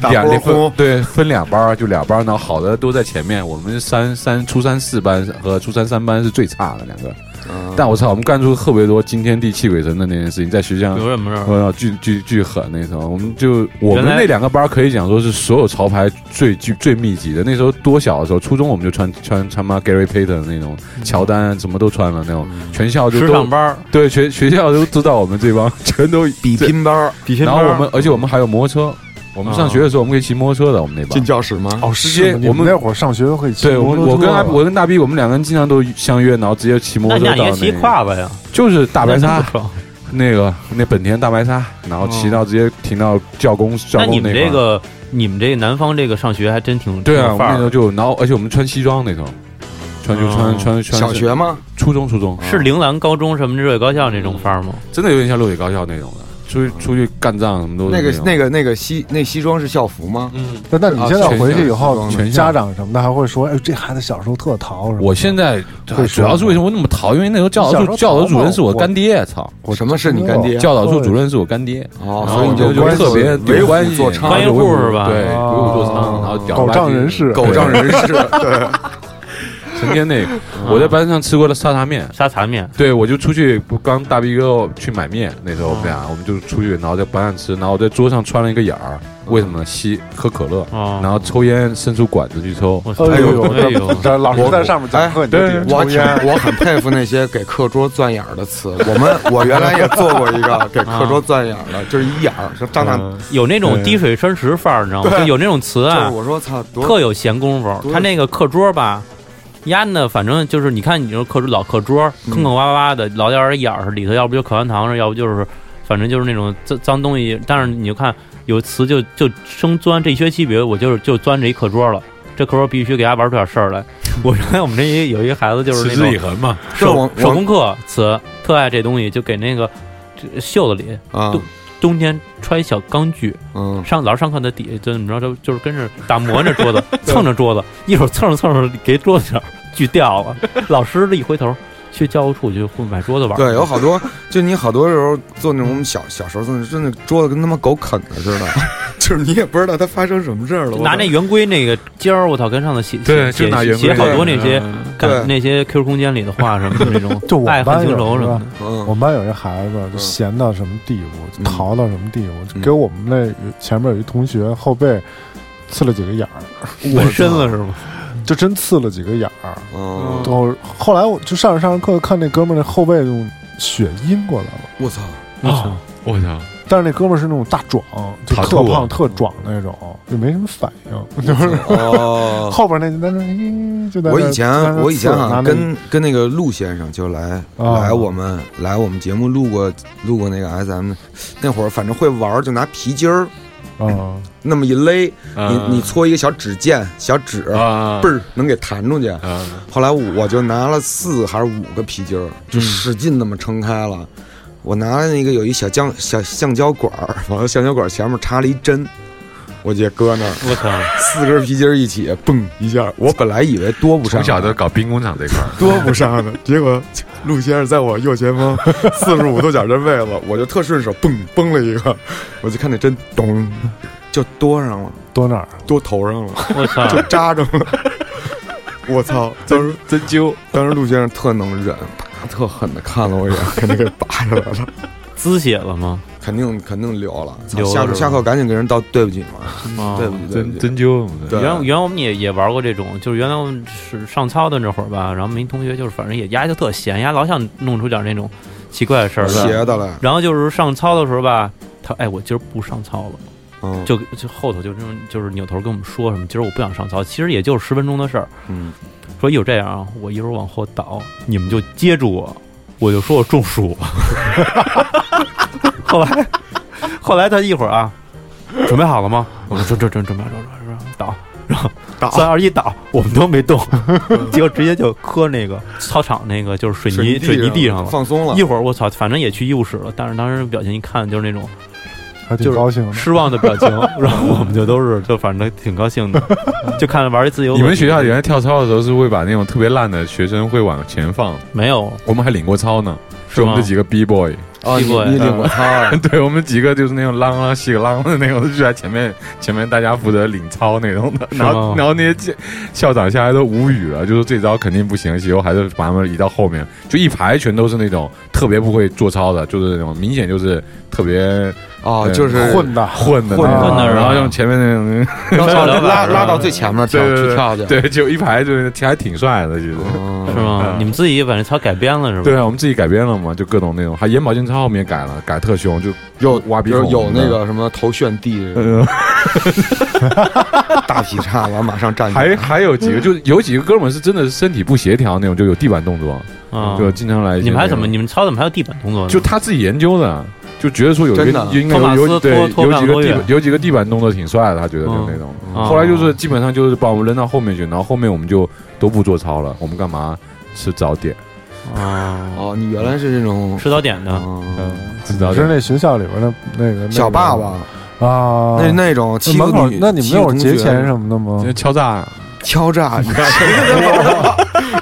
Speaker 4: 打
Speaker 6: 两
Speaker 4: 波
Speaker 6: 那
Speaker 4: 轰
Speaker 6: 分对分两班儿就俩班儿，然后好的都在前面，我们三三初三四班和初三三班是最差的两个，
Speaker 4: 嗯
Speaker 6: 但我操，我们干出特别多惊天地泣鬼神的那件事情，在学校
Speaker 5: 有什么事儿？
Speaker 6: 我操，巨巨巨狠那时候，我们就我们
Speaker 5: 原来
Speaker 6: 那两个班可以讲说是所有潮牌最聚最密集的。那时候多小的时候，初中我们就穿穿他妈 Gary Payton 那种乔丹啊什么都穿了那种，
Speaker 4: 嗯
Speaker 6: 全校就
Speaker 5: 吃
Speaker 6: 都
Speaker 5: 上嗯班儿，
Speaker 6: 对全学校都知道我们这帮全都
Speaker 4: 比
Speaker 6: 这。
Speaker 4: 拼班儿
Speaker 5: 比
Speaker 6: 然后我们而且我们还有摩托车，我
Speaker 4: 啊
Speaker 6: 们上学的时候我们可以骑摩托车的，我们那
Speaker 4: 进
Speaker 6: 帮。
Speaker 4: 教室吗？
Speaker 6: 哦，直接
Speaker 3: 你
Speaker 6: 我
Speaker 3: 们
Speaker 6: 们
Speaker 3: 那会儿上学会骑
Speaker 6: 对我
Speaker 3: 摩托车啊
Speaker 6: 我跟阿
Speaker 3: 吧
Speaker 6: 我跟大逼我们两个人经常都相约，然后直接骑摩
Speaker 5: 那
Speaker 6: 托
Speaker 5: 你俩
Speaker 6: 车到
Speaker 5: 也
Speaker 6: 那
Speaker 5: 骑
Speaker 6: 个
Speaker 5: 胯吧呀？
Speaker 6: 就是大白
Speaker 5: 那
Speaker 6: 鲨
Speaker 5: 真不。爽
Speaker 6: 那个那本田大白鲨，然后
Speaker 3: 哦
Speaker 6: 骑到直接停到教工教
Speaker 5: 那
Speaker 6: 工
Speaker 5: 你
Speaker 6: 那
Speaker 5: 们这
Speaker 6: 块儿
Speaker 5: 个，你们这个南方这个上学还真挺
Speaker 6: 对
Speaker 5: 挺
Speaker 6: 啊，
Speaker 5: 有
Speaker 6: 我们
Speaker 5: 范
Speaker 6: 那时
Speaker 5: 儿
Speaker 6: 候
Speaker 5: 的
Speaker 6: 就然后而且我们穿西装那时候，穿就穿
Speaker 5: 哦
Speaker 6: 穿穿
Speaker 4: 小学吗？
Speaker 6: 初中初中
Speaker 3: 哦
Speaker 5: 是铃兰高中什么热血高校那种范儿吗？
Speaker 6: 真的有点像热血高校那种的，出
Speaker 3: 哦
Speaker 6: 去出去干仗什么都是
Speaker 4: 那个
Speaker 6: 种
Speaker 4: 那个那个西那西装是校服吗？
Speaker 6: 嗯，
Speaker 3: 那那你现在回去以后
Speaker 4: 啊，
Speaker 6: 全校
Speaker 3: 家长什么的还会说，哎，这孩子小时候特淘什么的。
Speaker 6: 我现在
Speaker 3: 会
Speaker 6: 主
Speaker 3: 说
Speaker 6: 要是为什么我那么淘，因为那时候教导
Speaker 3: 小时
Speaker 6: 处
Speaker 3: 候
Speaker 6: 教导
Speaker 3: 淘
Speaker 6: 主任
Speaker 3: 嘛
Speaker 6: 是我
Speaker 3: 我
Speaker 6: 干爹，操，
Speaker 3: 我
Speaker 4: 什么是你干爹
Speaker 6: 教导处主任是我干爹。
Speaker 4: 哦，
Speaker 5: 然
Speaker 4: 所以
Speaker 5: 后
Speaker 4: 你就
Speaker 6: 我就特别
Speaker 4: 为
Speaker 6: 有关系，啊
Speaker 4: 做
Speaker 6: 然
Speaker 4: 娼
Speaker 6: 后
Speaker 5: 关系
Speaker 6: 就为
Speaker 5: 户
Speaker 6: 我
Speaker 5: 是吧
Speaker 6: 对，为我做
Speaker 3: 哦
Speaker 6: 娼，然后屌
Speaker 3: 狗
Speaker 6: 了吧
Speaker 3: 仗
Speaker 6: 唧
Speaker 3: 人势
Speaker 4: 狗仗人势，对，
Speaker 6: 成天 那个，我在班上吃过的沙茶面。
Speaker 5: 沙茶面，
Speaker 6: 对，我就出去，不刚大逼哥去买面，那时候我们俩，我们就出去，然后在班上吃，然后我在桌上穿了一个眼儿，为什么呢？吸喝可乐，
Speaker 5: 哦
Speaker 6: 然后抽烟，伸出管子去抽。
Speaker 5: 我操
Speaker 3: 哎呦，
Speaker 5: 哎呦，
Speaker 3: 这老师在上面讲课，你就
Speaker 6: 对
Speaker 3: 得
Speaker 4: 哎我
Speaker 3: 抽
Speaker 4: 挺
Speaker 3: 烟。，
Speaker 4: 我很佩服那些给课桌钻眼儿的词。我们我原来也做过一个给课桌钻眼儿的，就是一眼儿，就张大，就
Speaker 5: 有那种滴水穿石范儿，你知道吗？
Speaker 4: 对
Speaker 5: 就有那种词
Speaker 4: 是
Speaker 5: 啊，
Speaker 4: 我说操，多
Speaker 5: 特有闲工夫。
Speaker 4: 多
Speaker 5: 他那个课桌吧，压呢，反正就是你看，你说课桌老课桌，
Speaker 4: 嗯
Speaker 5: 坑坑洼洼的，老点儿眼儿，里头要不就口香糖，要不就是，反正就是那种脏脏东西。但是你就看有词就就生钻，这一学期，比如我就是就钻这一课桌了。这课桌必须给他玩出点事儿来。我原来我们这一有一孩子就是那种
Speaker 6: 恒嘛，
Speaker 4: 这
Speaker 5: 手
Speaker 4: 我
Speaker 5: 手工课词，特爱这东西，就给那个这袖子里
Speaker 4: 啊
Speaker 5: 都冬天揣小钢锯，
Speaker 4: 嗯，
Speaker 5: 上老师上课的底就怎么着，就就是跟着打磨着桌子，蹭着桌子，一手蹭着蹭着给桌子上锯掉了。老师一回头去教务处去买桌子玩，
Speaker 4: 对，有好多，就你好多时候做那种我们小小时候做那真的桌子跟他妈狗啃的似的，就是你也不知道它发生什么事儿了。我
Speaker 5: 拿那圆规那个尖儿，我操，跟上头写
Speaker 6: 对，
Speaker 5: 写
Speaker 6: 就拿圆
Speaker 5: 写
Speaker 6: 规
Speaker 5: 写好多那些感
Speaker 4: 嗯对
Speaker 5: 那些 QQ 空间里的话什么的那种
Speaker 3: 就我
Speaker 5: 爱
Speaker 3: 们
Speaker 5: 恨
Speaker 3: 班
Speaker 5: 情
Speaker 3: 有
Speaker 5: 仇什
Speaker 3: 是
Speaker 5: 么
Speaker 3: 吧
Speaker 5: 的。？
Speaker 4: 嗯
Speaker 3: 我们班有一孩子就闲到什么地步，
Speaker 4: 嗯
Speaker 3: 就淘到什么地步，就
Speaker 4: 嗯
Speaker 3: 给我们那前面有一同学后背刺了几个眼儿，
Speaker 5: 纹身了是吗？
Speaker 3: 就真刺了几个眼儿。
Speaker 4: 嗯，
Speaker 3: 然后后来我就上着上着课，看那哥们儿那后背用血阴过来了，
Speaker 4: 我操，
Speaker 6: 啊！我操，
Speaker 3: 但是那哥们儿是那种大壮，就
Speaker 6: 塔
Speaker 3: 特
Speaker 6: 兔啊
Speaker 3: 胖特壮那种，就没什么反应，就是
Speaker 4: 哦。
Speaker 3: 后边那就在那咦就在那
Speaker 4: 嗯我以前我以前好
Speaker 3: 啊
Speaker 4: 像跟跟那个陆先生就来
Speaker 3: 啊
Speaker 4: 来我们来我们节目录过录过那个 S M 那会儿，反正会玩儿就拿皮筋儿
Speaker 3: 啊
Speaker 4: 那么一勒，你
Speaker 6: 啊
Speaker 4: 你搓一个小指尖小指
Speaker 6: 啊
Speaker 4: 倍儿能给弹出去。
Speaker 6: 啊！
Speaker 4: 后来我就拿了四还是五个皮筋儿，就使劲那么撑开了。我拿了那个有一小橡小橡胶管儿， 完了橡胶管儿前面插了一针，我姐搁那儿，
Speaker 5: 我操！
Speaker 4: 四根皮筋儿一起蹦一下。我本来以为多不上
Speaker 6: 从
Speaker 4: 了，
Speaker 6: 小 就搞兵工厂这块儿，
Speaker 4: 多不上的， 结果陆先生在我右前方四十五度角这位了，我就特顺手蹦崩了一个，我就看那针咚，就多上了，
Speaker 3: 多哪儿
Speaker 4: 多头上了。
Speaker 5: 我操！
Speaker 4: 就扎着 了。我操！当时真揪，当时陆先生特能忍，啪特狠的看了我 一眼，肯定给拔下来了，
Speaker 5: 滋血了吗？
Speaker 4: 肯定肯定流了。操
Speaker 5: 流了
Speaker 4: 下
Speaker 5: 是
Speaker 4: 课
Speaker 5: 吧
Speaker 4: 下课赶紧给人道对不起嘛，
Speaker 5: 啊
Speaker 4: 对不起，对不
Speaker 6: 真
Speaker 4: 起。
Speaker 6: 真揪。
Speaker 4: 对
Speaker 5: 原原来我们也也玩过这种，就是原来我们是上操的那会儿吧，然后我们一同学就是反正也丫就特闲，丫老想弄出点那种奇怪的事儿来。
Speaker 4: 邪的了，
Speaker 5: 然后就是上操的时候吧，他哎我今儿不上操了，
Speaker 4: 嗯，
Speaker 5: 就就后头就这种就是扭头跟我们说什么今儿我不想上操，其实也就是十分钟的事儿。
Speaker 4: 嗯，
Speaker 5: 说一会儿这样啊，我一会儿往后倒，你们就接住我，我就说我中暑。后来，后来他一会儿啊，准备好了吗？我说准准准准备好，准备好准备好倒，然后
Speaker 4: 倒
Speaker 5: 三二一倒，我们都没动，结果直接就磕那个操场那个就是水泥水泥地上了。
Speaker 4: 放松了
Speaker 5: 一，会儿我操，反正也去医务室了，但是当时表情一看就是那种
Speaker 3: 还
Speaker 5: 就
Speaker 3: 挺
Speaker 5: 是
Speaker 3: 高兴的。
Speaker 5: 失望的表情，然后我们就都是就反正挺高兴的，就看着玩一自由。
Speaker 6: 你们学校原来跳操的时候是会把那种特别烂的学生会往前放，
Speaker 5: 没有
Speaker 6: 我们还领过操呢，
Speaker 5: 是
Speaker 6: 就我
Speaker 5: 吗
Speaker 6: 们这？几个 B boy，
Speaker 4: 啊，你
Speaker 5: 屁股哎
Speaker 4: 你领过操啊，
Speaker 6: 对我们几个就是那种啷啷稀啷的那种，就在前面 前面大家负责领操那种的，
Speaker 5: 是
Speaker 6: 然
Speaker 5: 吗
Speaker 6: 后然后那些校校长下来都无语了，就说这招肯定不行，以后还是把他们移到后面，就一排全都是那种特别不会做操的，就是那种明显就是特别
Speaker 4: 哦，
Speaker 6: 对
Speaker 4: 就是
Speaker 3: 混的，
Speaker 6: 混的那种
Speaker 4: 混
Speaker 5: 的是吧
Speaker 6: 然后用前面那种
Speaker 4: 然后
Speaker 5: 跳
Speaker 4: 拉
Speaker 5: 跳
Speaker 4: 拉
Speaker 5: 板是吧
Speaker 4: 拉到最前面跳
Speaker 6: 对对
Speaker 4: 去跳去，
Speaker 6: 对，对，就一排就是还挺帅的，其实。
Speaker 5: 是
Speaker 4: 嗯，
Speaker 5: 吗？
Speaker 6: 嗯
Speaker 5: 你们自己把那操改编了是吧？
Speaker 6: 对啊，我们自己改编了嘛，就各种那种，还眼保健操后面改了，改特凶，就
Speaker 4: 有
Speaker 6: 挖鼻
Speaker 4: 有
Speaker 6: 孔
Speaker 4: 有那
Speaker 6: 的
Speaker 4: 个什么头旋地，
Speaker 6: 呃，
Speaker 4: 大劈叉，完马上站起来，
Speaker 6: 还还有几个，就有几个哥们儿是真的是身体不协调那种，就有地板动作，
Speaker 5: 啊，
Speaker 6: 就经常来一些那种。
Speaker 5: 你们还怎么？你们操怎么还有地板动作呢？
Speaker 6: 就他自己研究的，就觉得说有一
Speaker 4: 真的
Speaker 6: 个应该
Speaker 5: 托马斯
Speaker 6: 有有对
Speaker 5: 托托
Speaker 6: 有
Speaker 5: 马
Speaker 6: 几
Speaker 5: 多
Speaker 6: 个地
Speaker 5: 远
Speaker 6: 板有几个地板动作挺帅的，他觉得就
Speaker 5: 嗯
Speaker 6: 那种。
Speaker 5: 啊
Speaker 6: 后来就是基本上就是把我们扔到后面去，然后后面我们就都不做操了，我们干嘛吃早点？
Speaker 5: 啊，
Speaker 4: 哦，你原来是这种，
Speaker 5: 吃早点的
Speaker 4: 嗯，
Speaker 6: 吃早
Speaker 3: 是
Speaker 6: 点。
Speaker 3: 那学校里边的那个
Speaker 4: 小爸爸，
Speaker 3: 爸啊，
Speaker 4: 那那种欺负
Speaker 3: 门口
Speaker 4: 女，
Speaker 3: 那你们
Speaker 4: 欺
Speaker 3: 那
Speaker 4: 负
Speaker 3: 会儿
Speaker 4: 同
Speaker 3: 节
Speaker 4: 学
Speaker 3: 前什么的吗？
Speaker 6: 敲
Speaker 5: 啊
Speaker 6: 诈，
Speaker 4: 敲诈，你看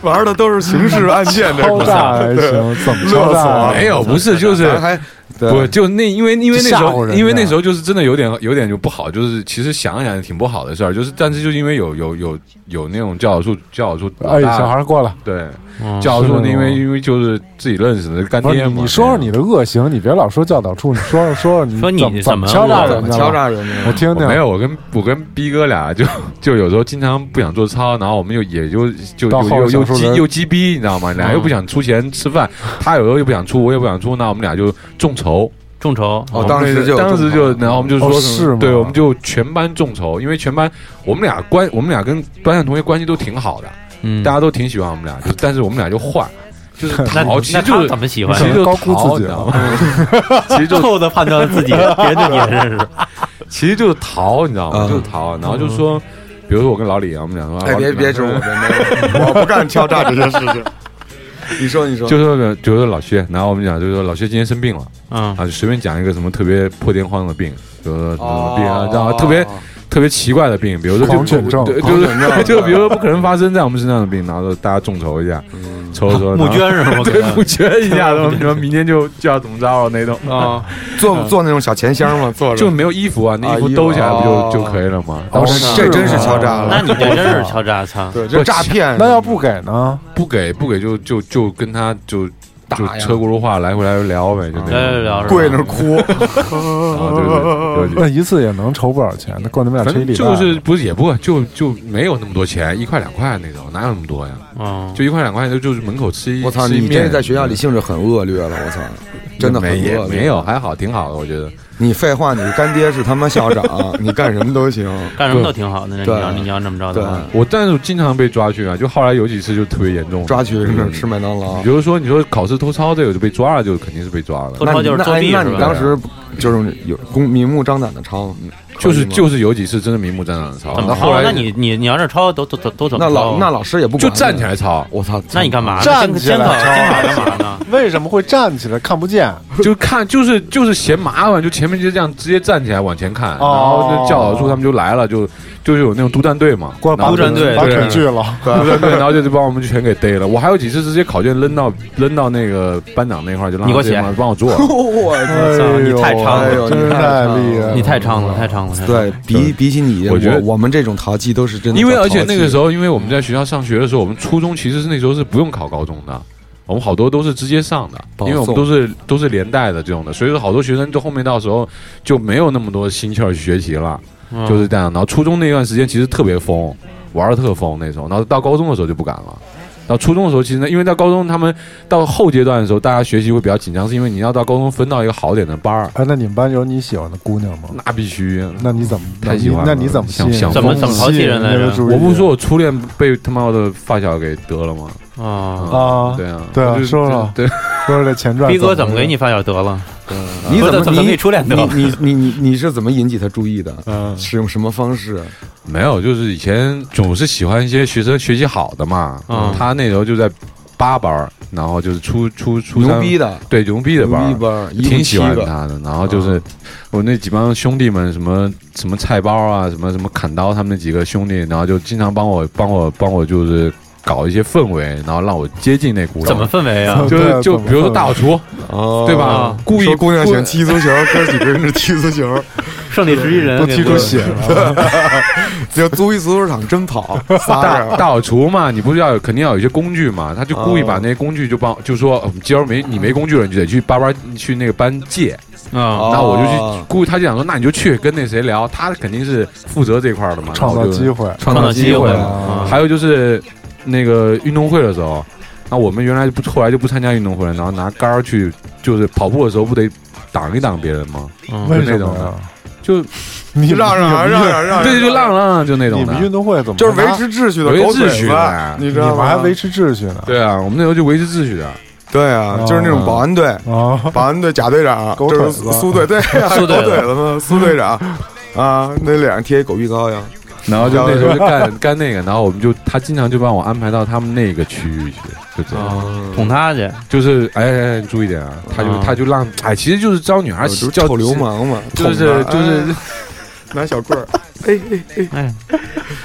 Speaker 4: 玩的都是刑事案件的，
Speaker 3: 敲诈还行，怎 么敲诈啊？
Speaker 6: 没有，不是，就是
Speaker 4: 咱还
Speaker 6: 不
Speaker 4: 对
Speaker 6: 就那因为因为那时
Speaker 3: 吓唬
Speaker 6: 候
Speaker 3: 人家
Speaker 6: 因为那时候就是真的有点有点就不好，就是其实想一想也挺不好的事儿，就是但是就因为有有有有那种教导处教导处老
Speaker 3: 哎，
Speaker 6: 大
Speaker 3: 小孩儿过来，
Speaker 6: 对
Speaker 5: 嗯
Speaker 6: 教导
Speaker 3: 是
Speaker 6: 处
Speaker 3: 吗
Speaker 6: 因为因为就是自己认识的干
Speaker 3: 不
Speaker 6: 爹
Speaker 3: 是
Speaker 6: 嘛，
Speaker 3: 你说说你的恶行，你别老说教导处，你说说说说你
Speaker 5: 说你
Speaker 3: 怎
Speaker 5: 怎么
Speaker 3: 么敲诈
Speaker 5: 怎
Speaker 3: 人
Speaker 4: 么
Speaker 3: 家了
Speaker 4: 敲，诈人家，
Speaker 3: 我听
Speaker 6: 我
Speaker 3: 听。
Speaker 6: 没有，我跟我跟逼哥俩就就有时候经常不想做操，然后我们又也就就
Speaker 3: 到
Speaker 6: 就
Speaker 3: 后
Speaker 6: 又又
Speaker 3: 小树林
Speaker 6: 鸡又鸡逼，你知道吗？俩又不想出钱吃饭，他有时候又不想出，我也不想出，那我们俩就众筹。
Speaker 5: 众筹
Speaker 4: 哦
Speaker 5: 啊
Speaker 4: 当时就有
Speaker 6: 当
Speaker 4: 众
Speaker 6: 时就
Speaker 4: 筹，
Speaker 6: 然后我们就
Speaker 3: 哦
Speaker 6: 说
Speaker 3: 是吗
Speaker 6: 对，我们就全班众筹，因为全班我们俩关我们俩跟班上同学关系都挺好的，
Speaker 5: 嗯，
Speaker 6: 大家都挺喜欢我们俩，就是但是我们俩就坏， 就是
Speaker 5: 那
Speaker 6: 淘，其
Speaker 5: 那
Speaker 6: 实就
Speaker 5: 他
Speaker 6: 是
Speaker 5: 怎么喜
Speaker 3: 你
Speaker 5: 欢
Speaker 6: 其？实
Speaker 3: 可能
Speaker 6: 就
Speaker 3: 高估
Speaker 6: 淘
Speaker 3: 自己
Speaker 6: 你知道
Speaker 3: 了
Speaker 6: 吗 其 实就
Speaker 5: 后的判断自己，别的也认识。
Speaker 6: 其实就是淘，你知道吗？
Speaker 4: 嗯哎
Speaker 6: 就是淘，啊然后就说，比如说我跟老李，我们俩说，
Speaker 4: 哎，别别指
Speaker 6: 说
Speaker 4: 我，，别别我不干敲诈这件事情，你说你说，
Speaker 6: 就说呢就说老薛，然后我们讲就说老薛今天生病了，
Speaker 5: 嗯
Speaker 6: 啊，就随便讲一个什么特别破天荒的病，就说什么病
Speaker 5: 哦
Speaker 6: 啊，然后特别特别奇怪的病，比如说
Speaker 3: 狂
Speaker 6: 就
Speaker 3: 犬症
Speaker 6: 对就
Speaker 4: 狂犬症
Speaker 6: 是 就比如说不可能发生在我们身上的病，然后大家众筹一下，筹 筹
Speaker 5: 募，捐是吗？
Speaker 6: 然后对，募捐一 下，然后什么明天就就要怎么着了那种
Speaker 5: 啊，
Speaker 4: 做做那种小钱箱嘛，做着
Speaker 6: 就没有衣服啊，那
Speaker 4: 啊
Speaker 6: 衣服
Speaker 4: 衣服
Speaker 6: 兜起来不
Speaker 4: 哦
Speaker 6: 就就可以了吗？
Speaker 4: 哦
Speaker 6: 然后
Speaker 4: 是这真是敲诈
Speaker 5: 那
Speaker 4: 了，
Speaker 5: 你这真是敲诈，操！
Speaker 4: 对，这诈骗。
Speaker 3: 那要不给呢？
Speaker 6: 不给不给就就就跟他就就
Speaker 4: 打呀
Speaker 6: 车轱辘话来回来回聊呗，就那种啊
Speaker 5: 来来聊是吧
Speaker 4: 跪那儿哭，
Speaker 6: 然后就是就是
Speaker 3: 那一次也能筹不少哦钱，那够你们俩
Speaker 6: 反
Speaker 3: 吃一
Speaker 6: 正
Speaker 3: 礼拜。
Speaker 6: 就是不是也不就就没有那么多钱，一块两块那种，哪有那么多呀？
Speaker 5: 嗯，
Speaker 6: 就一块两块就就是门口吃一，
Speaker 4: 我操！
Speaker 6: 吃一
Speaker 4: 你
Speaker 6: 面嗯
Speaker 4: 这在学校里性质很恶劣了，我操， 真的很
Speaker 6: 没也
Speaker 4: 恶劣。
Speaker 6: 没有，还好挺好的，我觉得。
Speaker 4: 你废话，你干爹是他妈校长，你干什么都行。
Speaker 5: 干什么都挺好的。那你
Speaker 4: 对
Speaker 5: 要你要这么着的话，
Speaker 6: 我但是经常被抓去啊，就后来有几次就特别严重，
Speaker 4: 抓去吃麦当劳
Speaker 6: 比，如说你说考试偷抄这个就被抓了，就肯定是被抓了。
Speaker 5: 偷抄就是作弊
Speaker 4: 那
Speaker 5: 是
Speaker 4: 你
Speaker 5: 吧？
Speaker 4: 当时就是有公明目张胆的抄，
Speaker 6: 就是就是有几次真的明目张胆的抄，
Speaker 5: 怎
Speaker 6: 然
Speaker 5: 么
Speaker 6: 后
Speaker 5: 抄
Speaker 6: 后
Speaker 5: 啊？那
Speaker 6: 来
Speaker 5: 你你你要是抄都都都都怎么
Speaker 4: 那
Speaker 5: 抄
Speaker 4: 老
Speaker 5: 啊？
Speaker 4: 那老师也不
Speaker 6: 哦就站起，来抄，
Speaker 4: 我操！
Speaker 5: 那你干嘛呢？
Speaker 3: 站
Speaker 5: 监
Speaker 3: 起来
Speaker 5: 监考监考
Speaker 3: 抄
Speaker 5: 干嘛 呢？
Speaker 3: 为什么会站起来看不见？
Speaker 6: 就看就是就是嫌麻烦，就前面就这样直接站起来往前看，然
Speaker 3: 哦
Speaker 6: 后就教导处他们就来了，就就是有那种督战队嘛，
Speaker 3: 过来把
Speaker 5: 陆战
Speaker 3: 腿
Speaker 5: 队
Speaker 3: 把
Speaker 5: 对
Speaker 3: 腿锯了。
Speaker 6: 对对 对，然后就就把我们全给逮了。我还有几次直接考卷扔到扔到那个班长那块儿，就让
Speaker 5: 你给我
Speaker 6: 他直接
Speaker 5: 写
Speaker 6: 帮帮我做。
Speaker 4: 我
Speaker 3: 哎
Speaker 5: 操
Speaker 3: 呦
Speaker 5: 你太猖了
Speaker 4: 哎呦
Speaker 3: 真是
Speaker 4: 你太
Speaker 3: 太
Speaker 4: 猖了
Speaker 3: 厉害了！
Speaker 5: 你太猖了，太猖了，太猖了。
Speaker 4: 对比比起你，
Speaker 6: 我觉得
Speaker 4: 我们这种淘气都是真的。
Speaker 6: 因为而且那个时
Speaker 4: 候，
Speaker 6: 候，因为我们在学校上学的时候，我们初中其实是那时候是不用考高中的，我们好多都是直接上的，
Speaker 4: 保
Speaker 6: 因为我
Speaker 4: 送
Speaker 6: 们都是都是连带的这种的，所以说好多学生就后面到时候就没有那么多心气儿去学习了，
Speaker 5: 嗯
Speaker 6: 就是这样。然后初中那段时间其实特别疯，玩的特疯那时候，然后到高中的时候就不敢了。到初中的时候，其实呢，因为到高中他们到后阶段的时候，大家学习会比较紧张，是因为你要到高中分到一个好点的班儿，
Speaker 3: 哎，那你们班有你喜欢的姑娘吗？
Speaker 6: 那必须。
Speaker 3: 那你怎么？
Speaker 6: 太喜欢了
Speaker 3: 那你那你怎么吸
Speaker 6: 想
Speaker 3: 引？
Speaker 6: 想
Speaker 5: 怎么怎么淘气人来着
Speaker 6: 我不是说我初恋被他妈的发小给得了吗？
Speaker 5: 啊，
Speaker 3: 啊
Speaker 6: 对啊，
Speaker 3: 对啊
Speaker 6: 就是
Speaker 3: 说说
Speaker 6: 对，
Speaker 3: 说说这前传。
Speaker 5: 逼哥怎么给你发小得了？
Speaker 4: 你
Speaker 5: 不
Speaker 4: 怎
Speaker 5: 是怎么可以
Speaker 4: 你
Speaker 5: 初恋得了？
Speaker 4: 你你你你你是怎么引起他注意的？
Speaker 3: 嗯
Speaker 4: 使用什么方式？
Speaker 6: 没有，就是以前总是喜欢一些学生学习好的嘛，
Speaker 5: 嗯
Speaker 6: 他那时候就在八班儿，然后就是初初初
Speaker 4: 牛
Speaker 6: 三，
Speaker 4: 逼的，
Speaker 6: 对牛逼的
Speaker 4: 牛
Speaker 6: 班
Speaker 4: 逼
Speaker 6: 儿。
Speaker 4: 班，一共
Speaker 6: 挺喜
Speaker 4: 七
Speaker 6: 欢
Speaker 4: 个，
Speaker 6: 他的，然后就是
Speaker 4: 嗯
Speaker 6: 我那几帮兄弟们，什么什么菜包啊，什么什么砍刀，他们那几个兄弟，然后就经常帮我帮我帮我就是搞一些氛围，然后让我接近那股
Speaker 5: 怎么氛围啊？
Speaker 3: 嗯
Speaker 6: 就是
Speaker 3: 对
Speaker 6: 就
Speaker 3: 怎么
Speaker 6: 比如说
Speaker 3: 氛
Speaker 6: 大扫除，对
Speaker 4: 对
Speaker 6: 吧？故
Speaker 4: 故
Speaker 6: 意
Speaker 4: 意姑娘
Speaker 6: 故
Speaker 4: 想踢足球，哥几个人是踢足球，
Speaker 5: 胜利十一人
Speaker 3: 不踢出血了？
Speaker 4: 就租一足球场真跑， 仨
Speaker 6: 大
Speaker 4: 人
Speaker 6: 大扫除嘛，你不是要有肯定要有一些工具嘛？他就故意把那些工具就帮，就说呃今儿没你没工具了，你就得去叭叭去那个班借。
Speaker 5: 啊！
Speaker 6: 那我就去，故意他就想说，那你就去跟那谁聊，他肯定是负责这块儿的嘛。
Speaker 3: 创造
Speaker 6: 那我就
Speaker 3: 机会，
Speaker 4: 创
Speaker 5: 造机会
Speaker 3: 啊
Speaker 6: 还有就是那个运动会的时候，那我们原来不后来就不参加运动会了，然后拿杆儿去就是跑步的时候不得挡一挡别人吗？
Speaker 5: 嗯
Speaker 3: 为什
Speaker 6: 那种
Speaker 3: 么
Speaker 6: 的
Speaker 3: 呀？
Speaker 6: 就
Speaker 3: 你
Speaker 4: 让让啊让
Speaker 3: 让
Speaker 4: 让让，
Speaker 6: 对，就浪浪浪就那
Speaker 3: 你
Speaker 6: 种的
Speaker 3: 们，运动会怎么
Speaker 4: 就是维持秩序的
Speaker 6: 维
Speaker 4: 狗
Speaker 6: 持
Speaker 4: 腿
Speaker 6: 秩序
Speaker 4: 子
Speaker 6: 的
Speaker 4: 你
Speaker 3: 你
Speaker 4: 知道
Speaker 3: 们
Speaker 4: 吗？
Speaker 3: 还维持秩序呢？
Speaker 6: 对啊，我们那时候就维持秩序的。
Speaker 4: 对啊，就是那种保安
Speaker 6: 哦
Speaker 4: 队，
Speaker 3: 啊，
Speaker 4: 保安队贾队长，
Speaker 3: 狗
Speaker 4: 就
Speaker 3: 腿
Speaker 4: 是
Speaker 3: 子
Speaker 4: 苏苏队，对 啊，
Speaker 5: 苏队
Speaker 4: 狗腿子嘛，苏队长啊，那脸上贴一狗皮膏药，
Speaker 6: 然后就那时候就干 干那个，然后我们就他经常就帮我安排到他们那个区域去，就这样，
Speaker 5: 啊，捅他去！
Speaker 6: 就是哎哎，哎你注意点啊，他就
Speaker 5: 啊
Speaker 6: 他就让哎，其实就是招女孩
Speaker 4: 就
Speaker 6: 喜
Speaker 4: 哦是
Speaker 6: 叫
Speaker 4: 臭流，氓嘛，
Speaker 6: 就是
Speaker 4: 捅他
Speaker 6: 就是
Speaker 4: 哎拿小棍儿，
Speaker 5: 哎，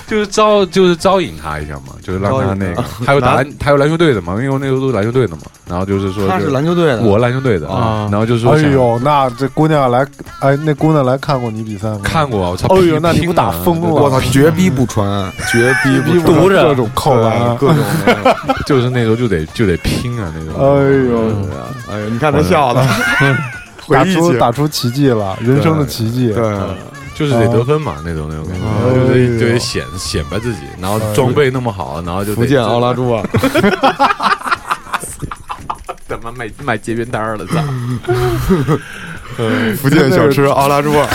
Speaker 6: 就是招就是招引他一下嘛，就是让他那个，还有打
Speaker 4: 拿
Speaker 6: 篮还有篮球队的嘛，因为我那时候都是篮球队的嘛，然后就是说
Speaker 4: 他是
Speaker 6: 就
Speaker 4: 篮球队的，
Speaker 6: 我篮球队的，
Speaker 5: 啊
Speaker 6: 然后就说
Speaker 3: 哎
Speaker 6: 想
Speaker 3: 呦，那这姑娘来，哎，那姑娘来看过你比赛吗？
Speaker 6: 看过啊，我操，
Speaker 3: 哎呦
Speaker 6: 拼
Speaker 3: 那你不打
Speaker 6: 拼啊
Speaker 3: 疯了
Speaker 6: 对
Speaker 4: 我操，绝 逼不传，绝逼不传
Speaker 5: 毒着
Speaker 3: 各种扣
Speaker 6: 啊
Speaker 3: 篮，
Speaker 4: 啊各种的，
Speaker 6: 就是那时候就得就得拼啊那种，
Speaker 3: 哎呦，
Speaker 4: 哎呀，你看他笑 的，回
Speaker 3: 打
Speaker 4: 忆
Speaker 3: 出
Speaker 4: 起，
Speaker 3: 打出奇迹了，人生的奇迹。
Speaker 4: 对。
Speaker 6: 就是得得分嘛，那种那种
Speaker 4: 哦
Speaker 6: 感觉，然后就
Speaker 3: 哎呦
Speaker 6: 得就得显显摆自己，然后装备那么好，然后就得
Speaker 4: 福建奥拉朱啊，
Speaker 6: 他妈卖卖街边摊儿了，操！
Speaker 4: 福建小吃奥拉朱啊，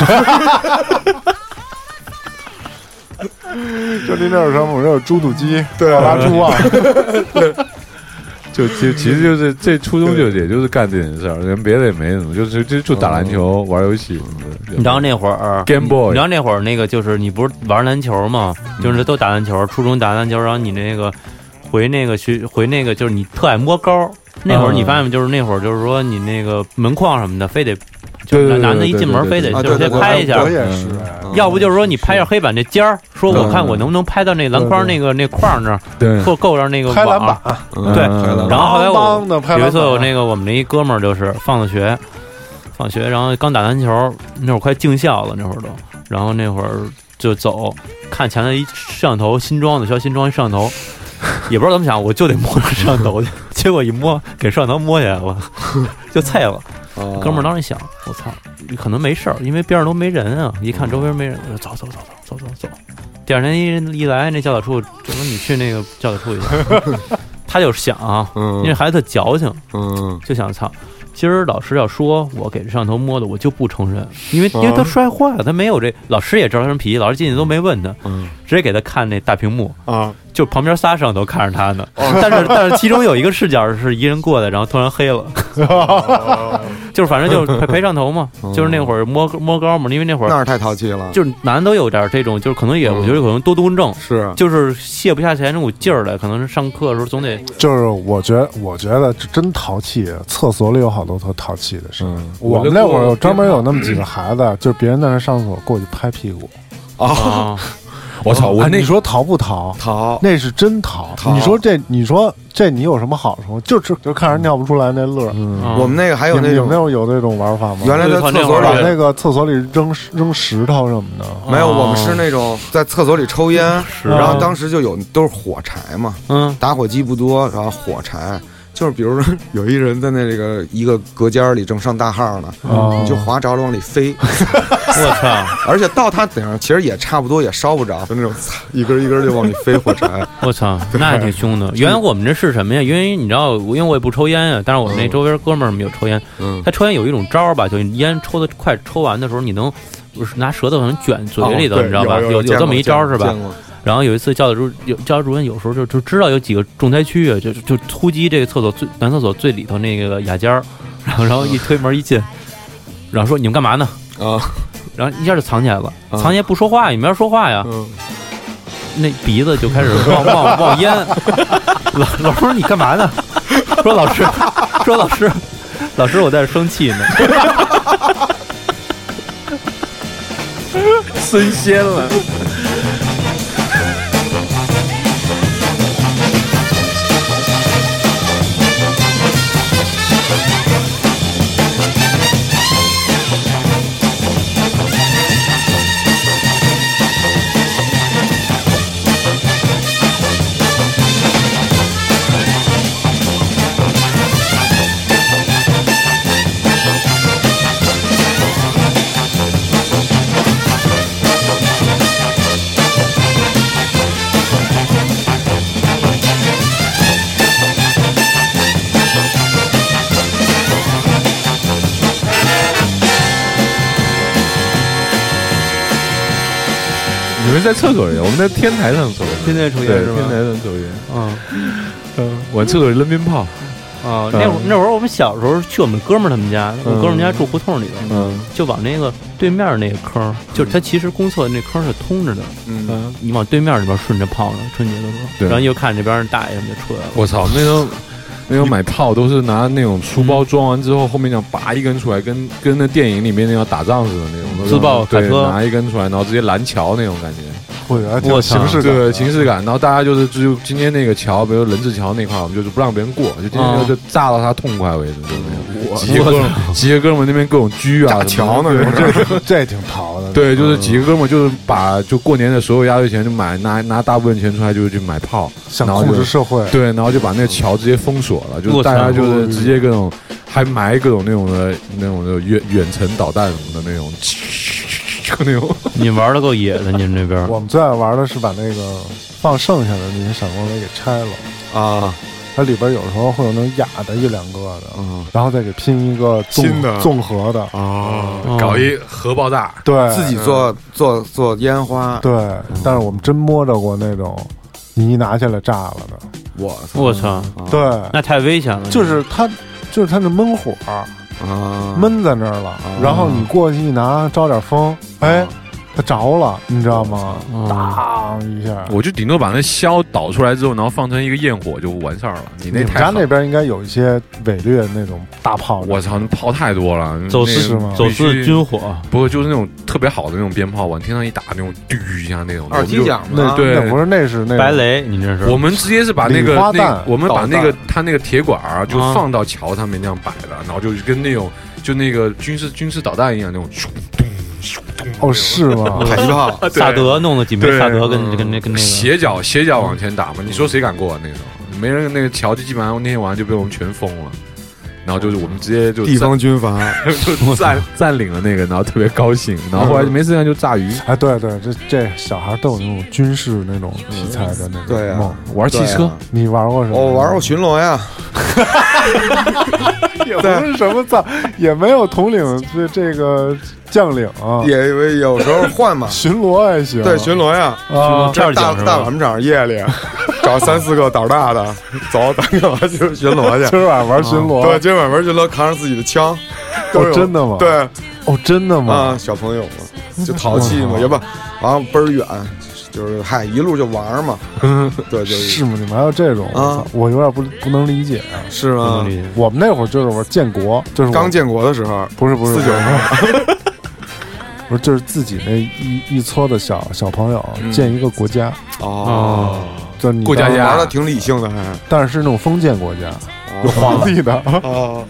Speaker 3: 这里那有什么？我这有猪肚鸡，
Speaker 4: 对
Speaker 3: 奥拉猪啊，
Speaker 6: 就其其实就是这初中就也就是干这件事儿，人别的也没什么，就是就就打篮
Speaker 4: 哦
Speaker 6: 球、玩游戏。
Speaker 5: 你知道那会儿
Speaker 6: Game
Speaker 5: 你
Speaker 6: Boy
Speaker 5: 知道那会儿那个就是你不是玩篮球吗？就是都打篮球，初中打篮球，然后你那个回那个学回那个，就是你特爱摸高儿。那会儿你发现没就是那会儿就是说你那个门框什么的，非得就
Speaker 6: 对
Speaker 5: 是
Speaker 6: 对对
Speaker 5: 男的一进门非得
Speaker 4: 对对
Speaker 5: 就是
Speaker 4: 对
Speaker 5: 先
Speaker 4: 对对
Speaker 5: 拍一下
Speaker 3: 我，也是，
Speaker 5: 要不就是说你拍一下黑板这尖儿，说我看我能不能拍到那篮筐
Speaker 3: 对
Speaker 5: 那个那框儿那儿，
Speaker 6: 对，
Speaker 5: 够够上那个
Speaker 3: 拍篮
Speaker 5: 网
Speaker 3: 板
Speaker 5: 儿。，
Speaker 4: 嗯
Speaker 5: 对
Speaker 4: 拍了
Speaker 5: 然后后来我
Speaker 3: 梆的拍篮板啊
Speaker 5: 有一次我那个我们那一哥们儿就是放了学，放学然后刚打篮球，那会儿快进校了那会儿都，然后那会儿就走，看前面一摄像头，新装的学校新装一摄像头，也不知道怎么想，我就得摸上摄像头去，结果一摸给摄像头摸起来了，就菜了。
Speaker 4: 啊
Speaker 6: 哦
Speaker 5: 哥们儿当时一想，我操，可能没事儿，因为边上都没人啊，一看周边没人，我说走走走走走走走。第二天一一来，那教导处就说你去那个教导处一下，他就想啊，因为
Speaker 4: 嗯
Speaker 5: 孩子特矫情，
Speaker 4: 嗯，
Speaker 5: 就想操，今儿老师要说我给摄像头摸的，我就不承认，因为
Speaker 4: 啊
Speaker 5: 因为他
Speaker 3: 嗯
Speaker 5: 摔坏了，他没有这，老师也知道他什么脾气，老师进去都没问他，
Speaker 4: 嗯
Speaker 5: 直接给他看那大屏幕，
Speaker 3: 啊，
Speaker 5: 就旁边仨摄像头看着他呢，
Speaker 4: 哦
Speaker 5: 但是但是其中有一个视角是一人过来，然后突然黑了，
Speaker 4: 哦
Speaker 5: 就是反正就是陪陪上头嘛，就是那会儿摸摸高嘛，因为那会
Speaker 4: 那嗯
Speaker 5: 儿
Speaker 4: 儿太淘气了，
Speaker 5: 就是男的都有点这种，就是可能也我觉得可能多动症。
Speaker 4: 是啊
Speaker 5: 就是卸不下去那股劲儿来，可能是上课的时候总得
Speaker 3: 就是我觉得，我觉得这真淘气，厕所里有好多特淘气的事。
Speaker 4: 嗯
Speaker 3: 我们那会儿有专门有那么几个孩子，就是别人在那上厕所过去拍屁股。
Speaker 4: 啊，
Speaker 5: 啊，
Speaker 6: 我操，我
Speaker 3: 哎
Speaker 6: 那
Speaker 3: 你说淘不淘？
Speaker 4: 淘
Speaker 3: 那是真淘。
Speaker 4: 淘
Speaker 3: 你说这，你说这，你有什么好处？就是就看人尿不出来那乐儿。
Speaker 6: 嗯
Speaker 5: 啊
Speaker 4: 我们那个还有嗯
Speaker 3: 你们
Speaker 4: 那
Speaker 3: 有没
Speaker 4: 种
Speaker 3: 有有这种玩法吗？
Speaker 4: 原来哦在厕所
Speaker 5: 对那
Speaker 4: 里
Speaker 5: 会
Speaker 3: 把
Speaker 5: 儿
Speaker 3: 那个厕所里扔石扔石头什么的。
Speaker 4: 没有，我们是那种在厕所里抽烟，然后当时就有都是火柴嘛，
Speaker 5: 嗯
Speaker 4: 打火机不多，然后火柴就是比如说 有一人在那个一个隔间里正上大号呢，
Speaker 3: 哦
Speaker 4: 你就划着了往里 飞，
Speaker 5: 我操，
Speaker 4: 而且到他顶上其实也差不多也烧不着，就那种擦一根一根就往里飞火 柴，
Speaker 5: 我操，那也挺凶的。原来我们这是什么呀？因为你知道，因为我也不抽烟啊，但是我们那周边哥们儿们有抽烟，
Speaker 4: 嗯，
Speaker 5: 他抽烟有一种招儿吧，就是你烟抽的快抽完的时候，你能不是拿舌头可能卷 嘴里头，
Speaker 4: 哦
Speaker 5: 你知道吧？
Speaker 4: 对有
Speaker 5: 有
Speaker 4: 见
Speaker 5: 这
Speaker 4: 过
Speaker 5: 么一招儿是吧
Speaker 4: 见？过
Speaker 5: 然后有一次教导主有教导主任有时候就就知道有几个重灾区啊，就就突击这个厕所最男厕所最里头那个雅间儿，然后然后一推门一进，然后说你们干嘛呢？
Speaker 4: 啊，
Speaker 5: 然后一下就藏起来了，
Speaker 4: 啊
Speaker 6: 嗯
Speaker 5: 藏起来不说话也没法说话呀，
Speaker 4: 嗯，
Speaker 5: 那鼻子就开始冒冒冒 烟。老老师说你干嘛呢？说老师，说老师，老师我在这生气呢。
Speaker 6: 升仙了。你们在厕所里，我们在天台上抽烟，
Speaker 5: 天天抽烟
Speaker 6: 对，
Speaker 5: 是吧
Speaker 6: 天台上抽烟，
Speaker 5: 嗯
Speaker 6: 嗯，往厕所里扔鞭炮，
Speaker 5: 啊，那会
Speaker 6: 嗯
Speaker 5: 儿那会儿我们小时候去我们哥们儿他们家，我哥们儿家住胡同里头，
Speaker 6: 嗯
Speaker 5: 就往那个对面儿那个坑儿，就是他其实公厕那坑儿是通着的，
Speaker 4: 嗯，
Speaker 6: 嗯，
Speaker 5: 你往对面儿那边顺着泡呢，春节的时候，
Speaker 6: 对
Speaker 5: 然后又看这边儿大爷什么就出来了。
Speaker 6: 我操，那时候。那时候买炮都是拿那种书包装完之后，后面这样拔一根出来，跟跟那电影里面那样打仗似的那种
Speaker 5: 自爆
Speaker 6: 对
Speaker 5: 卡，车
Speaker 6: 拿一根出来，然后直接拦桥那种感觉。
Speaker 3: 我觉得挺有
Speaker 5: 我操
Speaker 3: 形式感的，
Speaker 6: 对形式感。然后大家就是就今天那个桥，比如人字桥那块儿，我们就是不让别人过，就今天
Speaker 5: 啊
Speaker 6: 就炸到他痛快为止，就那样。几个
Speaker 5: 我
Speaker 6: 哥们，几个哥们那边各种狙啊，
Speaker 4: 炸
Speaker 6: 什
Speaker 4: 桥
Speaker 6: 么的
Speaker 4: 呢，这是
Speaker 3: 这这挺淘的。
Speaker 6: 对，就是几个哥们就是把就过年的所有压岁钱就买拿拿大部分钱出来就是去买炮，
Speaker 3: 想
Speaker 6: 然后
Speaker 3: 控
Speaker 6: 就
Speaker 3: 制社会。
Speaker 6: 对，然后就把那个桥直接封锁了，就是大家就是直接各种还埋各种那种的那种的远远程导弹什么的那种， 就那种
Speaker 5: 你玩的够野的，你们那边儿。
Speaker 3: 我们最爱玩的是把那个放剩下的那些闪光雷给拆了，
Speaker 4: 啊，
Speaker 3: 它里边有时候会有那种哑的一两个的，
Speaker 4: 嗯
Speaker 3: 然后再给拼一个综
Speaker 4: 新的
Speaker 3: 综合的，
Speaker 4: 啊，
Speaker 5: 哦
Speaker 6: 搞一核爆炸。
Speaker 3: 对，
Speaker 4: 自己做做做烟花，
Speaker 3: 对，但是我们真摸着过那种你一拿下来炸了的，
Speaker 4: 我啊
Speaker 5: 我操，
Speaker 3: 对，
Speaker 5: 那太危险了。
Speaker 3: 就是它。就是它是闷火，
Speaker 4: 啊，啊
Speaker 3: 闷在那儿了，然后你过去一拿，招点风，哎，它着了，你知道吗？
Speaker 5: 啊，
Speaker 3: 当一下，
Speaker 6: 我就顶多把那硝倒出来之后，然后放成一个焰火就完事儿了。你
Speaker 3: 你
Speaker 6: 那
Speaker 3: 们
Speaker 6: 太
Speaker 3: 家
Speaker 6: 狠
Speaker 3: 那边应该有一些伪劣那种大炮，
Speaker 6: 我操，那炮太多了，
Speaker 5: 走
Speaker 6: 那
Speaker 3: 是
Speaker 5: 私
Speaker 3: 吗
Speaker 5: 走
Speaker 6: 必须
Speaker 5: 私军火，
Speaker 6: 不过就是那种特别好的那种鞭炮，往天上一打，那种嘟一下那种
Speaker 4: 二踢。脚
Speaker 3: 那
Speaker 4: 嘛，
Speaker 6: 对
Speaker 3: 那不是那是那
Speaker 5: 白雷，你这
Speaker 6: 我
Speaker 5: 是
Speaker 6: 们就我们直接是把那个
Speaker 3: 礼花弹
Speaker 6: 那我们把那
Speaker 4: 导
Speaker 6: 个
Speaker 4: 弹
Speaker 6: 他那个铁管儿就
Speaker 5: 啊
Speaker 6: 放到桥上面那样摆的，然后就跟那种就那个军事军事导弹一样那种咻咚咻咚那种
Speaker 3: 哦是吗？
Speaker 4: 迫击炮，
Speaker 5: 嗯萨德弄了几枚
Speaker 6: 对
Speaker 5: 萨德跟
Speaker 4: 嗯
Speaker 5: 跟那跟那个，
Speaker 6: 斜角斜角往前打嘛，你说谁敢过啊？那时候没人，那个桥就基本上那天晚上就被我们全封了，然后就是我们直接就
Speaker 4: 地方军阀，
Speaker 6: 占就占占领了那个，然后特别高兴，然后后来就没事干就炸鱼、
Speaker 3: 哎，对对，这这小孩都有那种军事那种题材的那种
Speaker 4: 对啊
Speaker 3: 梦。
Speaker 6: 玩汽
Speaker 4: 对
Speaker 6: 车
Speaker 4: 啊，
Speaker 3: 你玩过什么？
Speaker 4: 我玩过巡逻呀，
Speaker 3: 也不是什么造，也没有统领这这个将领啊，，
Speaker 4: 也也有时候换嘛
Speaker 3: 巡逻还行。
Speaker 4: 对，巡逻呀，
Speaker 3: 啊，
Speaker 4: 这
Speaker 5: 这
Speaker 4: 儿
Speaker 5: 儿
Speaker 4: 大
Speaker 5: 讲是吧
Speaker 4: 大晚场夜里啊 找三四个胆儿大的，走，咱干嘛去巡逻去？
Speaker 3: 今儿晚玩巡逻，
Speaker 4: 对，今晚玩巡逻，扛上自己的枪，都
Speaker 3: 哦
Speaker 4: 有
Speaker 3: 真的吗？，
Speaker 4: 对
Speaker 3: 哦真的吗
Speaker 4: 啊，？小朋友嘛，就淘气嘛，也不，然后倍儿远，就是嗨，一路就玩 儿嘛，对，就是
Speaker 3: 是吗？你们还有这种？我
Speaker 4: 啊
Speaker 3: 操我有点不不能理解。啊
Speaker 4: 是吗？
Speaker 3: 我们那会儿就是玩建国，就是我
Speaker 4: 刚建国的时候，
Speaker 3: 不是不是
Speaker 4: 四九
Speaker 3: 不是不是就是自己那一一撮的小小朋友
Speaker 4: 嗯
Speaker 3: 建一个国家，
Speaker 4: 哦，
Speaker 3: 就你
Speaker 6: 过家
Speaker 3: 当
Speaker 6: 家
Speaker 4: 玩的挺理性的还。
Speaker 3: 但是是那种封建国家，有皇帝的。
Speaker 4: 哦，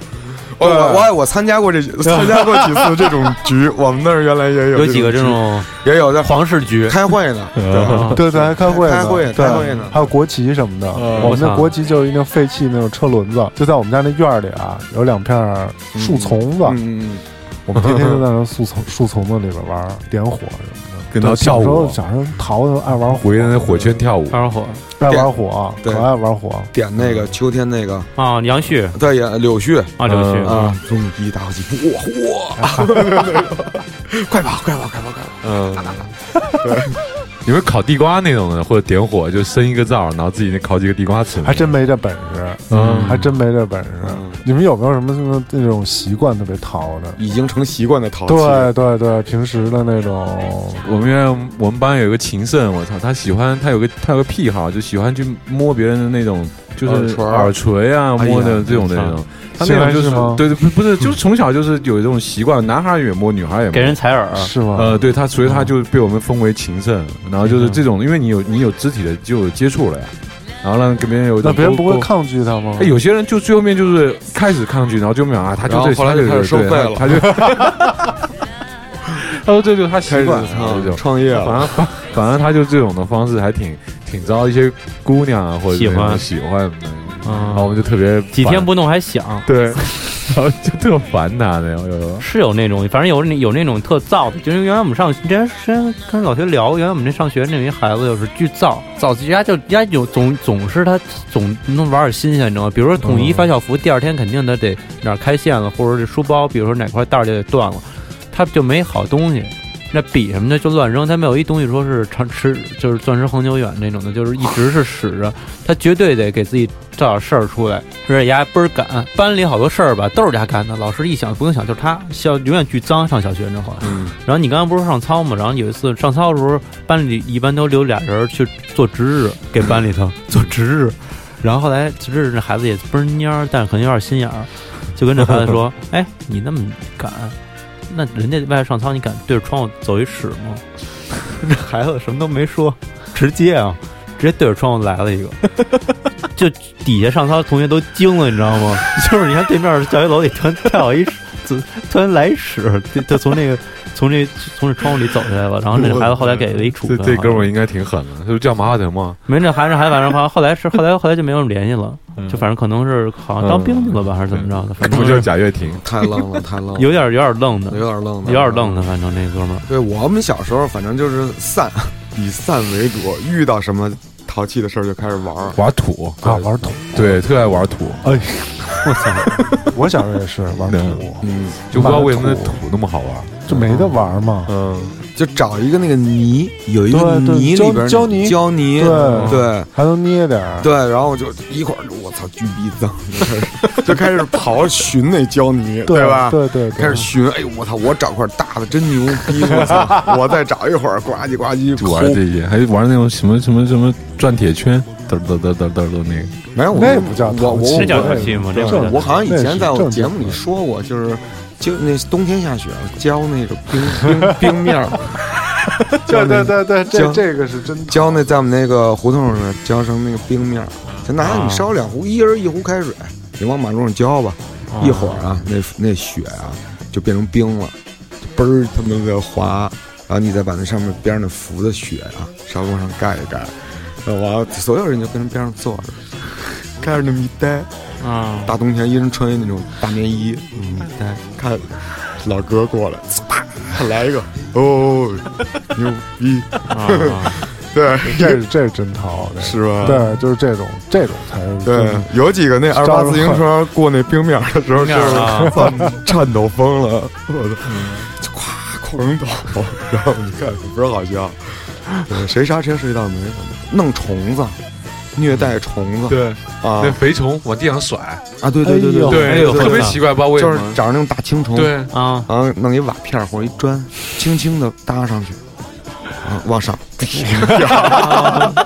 Speaker 4: 我我我我参加 过这参加过几次这种局，我们那儿原来也有
Speaker 5: 有几个这
Speaker 4: 这局，
Speaker 5: 种嗯
Speaker 4: 也有在
Speaker 5: 皇室局，
Speaker 4: 开会呢，对
Speaker 3: 对，咱还开会呢，
Speaker 4: 开会
Speaker 3: 对
Speaker 4: 开会呢
Speaker 3: 还有国旗什么的。
Speaker 5: 嗯
Speaker 3: 我们
Speaker 5: 我
Speaker 3: 那
Speaker 5: 操
Speaker 3: 国旗就是一那种废弃那种车轮子，就在我们家那院儿里啊，有两片儿树丛子，
Speaker 4: 嗯，
Speaker 3: 我们天天就在那树丛 树丛子里边玩儿点火什么的。
Speaker 6: 跟他跳
Speaker 3: 小时候
Speaker 6: 舞，
Speaker 3: 小时候淘的爱玩火
Speaker 6: 围，着那火圈跳舞，
Speaker 5: 发生火
Speaker 3: 爱玩火，
Speaker 4: 对
Speaker 3: 可爱玩火。
Speaker 4: 点那
Speaker 5: 嗯
Speaker 4: 个秋天那个，
Speaker 5: 啊，杨旭
Speaker 4: 对，也柳絮
Speaker 5: 啊，柳
Speaker 6: 嗯
Speaker 5: 絮，
Speaker 4: 啊，终于打火机，哇哇， 快跑快跑快跑快跑！
Speaker 6: 嗯，你们烤地瓜那种的，或者点火就生一个灶，然后自己烤几个地瓜吃，
Speaker 3: 还真没这本事，
Speaker 6: 嗯
Speaker 3: 还真没这本事。
Speaker 4: 嗯
Speaker 3: 你们有没有什么什么那种习惯特别淘的？
Speaker 4: 已经成习惯的淘气，
Speaker 3: 对对对，平时的那种，
Speaker 6: 我们院我们班有一个情圣，我操，他喜欢他有个他有个癖好，就喜欢去摸别人的那种，就是
Speaker 4: 耳
Speaker 6: 耳垂啊，
Speaker 4: 哎呀
Speaker 6: 摸的这种的
Speaker 5: 我操
Speaker 6: 那种。他那种就
Speaker 3: 现在是吗
Speaker 6: 对对，不不是，就是从小就是有这种习惯，男孩也摸，女孩也摸。
Speaker 5: 给人采耳，
Speaker 3: 是吗？
Speaker 6: 呃，对他，所以他就被我们封为情圣。然后就是这种，因为你有你有肢体的就有接触了呀，然后让跟别人有一种
Speaker 3: 那别人不
Speaker 6: 沟
Speaker 3: 会
Speaker 6: 沟
Speaker 3: 抗拒他吗
Speaker 6: 哎，？有些人就最后面就是开始抗拒，然后就秒啊，他就
Speaker 4: 然后
Speaker 6: 这，
Speaker 4: 后来
Speaker 6: 他
Speaker 4: 就开始收
Speaker 6: 对
Speaker 4: 费了
Speaker 6: 他就，他说这就是他
Speaker 4: 开
Speaker 6: 习
Speaker 4: 始
Speaker 6: 惯了，
Speaker 4: 操
Speaker 6: 这种。
Speaker 4: 创业了，
Speaker 6: 嗯反正反反正他就这种的方式还挺挺招一些姑娘啊或者
Speaker 5: 喜欢
Speaker 6: 那种喜欢的，然后我
Speaker 5: 嗯，
Speaker 6: 们就特别
Speaker 5: 几天
Speaker 6: 烦
Speaker 5: 不弄还响，
Speaker 6: 对，然后就特烦他那种有时候
Speaker 5: 是有那种，反正有那有那种特燥的，就是原来我们上之前之前跟老薛聊，原来我们那上学那有一孩子就是巨燥，早自家就家有总总是他总能玩点新鲜，你知道吗？比如说统一发校服，第二天肯定他得哪儿开线了，或者是书包，比如说哪块带儿就得断了，他就没好东西。那笔什么的就乱扔，他没有一东西说是长吃，就是钻石恒久远那种的，就是一直是使着，他绝对得给自己找点事儿出来，而且丫倍儿赶，班里好多事儿吧都是他干的。老师一想不用想，就是他，校永远巨脏。上小学那会儿，然后你刚刚不是上操吗？然后有一次上操的时候，班里一般都留俩人去做值日，给班里 头做值日。然后后来值日那孩子也不是蔫儿，但是可能有点心眼儿，就跟这孩子 说：“哎，你那么敢，那人家外头上操，你敢对着窗户走一尺吗？”这孩子什么都没说，直接啊，直接对着窗户来了一个。 就底下上操的同学都惊了，你知道吗？ 就是你看对面教学楼里突然跳一，突 突然来一屎，就就从那个从这从这窗户里走下来了。然后哦那孩子后来给了 一处啊
Speaker 6: 这
Speaker 5: 分。
Speaker 6: 这哥们儿应该挺狠的，就是叫马化腾吗？
Speaker 5: 没那孩子，孩子反正好像后来是后来后来就没有联系了，就反正可能是好像当兵去了吧，还是怎么着的，反
Speaker 6: 不
Speaker 5: 正
Speaker 6: 就
Speaker 5: 嗯
Speaker 6: 是
Speaker 5: 是
Speaker 6: 贾跃亭？
Speaker 4: 太愣了，太愣 了，
Speaker 5: 有点有点愣的，
Speaker 4: 有点愣的，
Speaker 5: 有
Speaker 4: 啊
Speaker 5: 点愣的，反正那哥们儿
Speaker 4: 对我们小时候，反正就是散， 以散为主，遇到什么淘气的事儿就开始玩儿。
Speaker 6: 哎玩土，
Speaker 3: 啊，玩土。
Speaker 6: 对，特爱玩土，
Speaker 3: 哎，我操！ 我小时候也是玩土，
Speaker 4: 嗯
Speaker 6: 就不知道为什么那土那么好玩。
Speaker 3: 就没得玩嘛。
Speaker 6: 嗯，
Speaker 4: 就找一个那个泥，有一个
Speaker 3: 对对
Speaker 4: 泥里边
Speaker 3: 胶胶泥
Speaker 4: 胶泥，
Speaker 3: 对
Speaker 4: 对
Speaker 3: 还能捏点儿。
Speaker 4: 对，然后我就一会儿就我操巨逼脏，就开始就开始刨寻那胶泥，
Speaker 3: 对
Speaker 4: 吧？
Speaker 3: 对对，对
Speaker 4: 开始寻，哎呦我操！我找块大的真牛 逼！我操！我再找一会儿，呱唧呱唧
Speaker 6: 就玩
Speaker 4: 抠
Speaker 6: 这些，还玩那种什么什么什么转铁圈，嘚嘚嘚嘚嘚嘚那个。
Speaker 4: 没有，我
Speaker 3: 那不叫
Speaker 4: 我
Speaker 3: 淘气
Speaker 4: 我
Speaker 5: 这叫
Speaker 3: 淘
Speaker 5: 淘气吗
Speaker 4: 不
Speaker 5: 这
Speaker 4: 是
Speaker 5: 不叫
Speaker 4: 我好像以前在我
Speaker 3: 那是
Speaker 4: 节目里说过，就是就那冬天下雪浇那个冰冰冰面儿，
Speaker 3: 对对对对，这
Speaker 4: 姜
Speaker 3: 这个是真的。
Speaker 4: 浇那在我们那个胡同上浇成那个冰面儿，就拿你烧两壶，一人一壶开水，你往马路上浇吧，一会儿啊，那那雪啊就变成冰了，就嘣儿他妈的滑，然后你再把那上面边上那浮的雪啊，稍微往上盖一盖，然后完了所有人就跟边上坐 着，开着那么一呆。
Speaker 5: 啊，
Speaker 4: 大冬天一人穿一那种大棉衣，嗯，来看老哥过来，啪来一个，哦，牛逼， 对，
Speaker 3: 这 是这是真淘，这个
Speaker 4: 是吧？
Speaker 3: 对，就是这种这种才是
Speaker 4: 对
Speaker 3: 真，
Speaker 4: 有几个那二八自行车过那冰面的时候，就
Speaker 5: 面儿啊
Speaker 4: 是操颤抖疯了，我操，
Speaker 6: 嗯
Speaker 4: 就咵狂 抖，然后你看倍儿好笑，对谁刹车谁倒霉，弄虫子，虐待虫子，
Speaker 6: 对，
Speaker 4: 啊
Speaker 6: 那肥虫往地上甩，
Speaker 4: 啊，对对对对
Speaker 3: 哎
Speaker 5: 哎
Speaker 3: 呦
Speaker 5: 呦
Speaker 6: 特别奇怪，不知道为什
Speaker 4: 就是
Speaker 6: 么。嗯
Speaker 4: 找着那种大青虫，
Speaker 6: 对，
Speaker 5: 啊，
Speaker 4: 然后弄一瓦片儿或者一砖，轻轻的搭上去，啊，往上，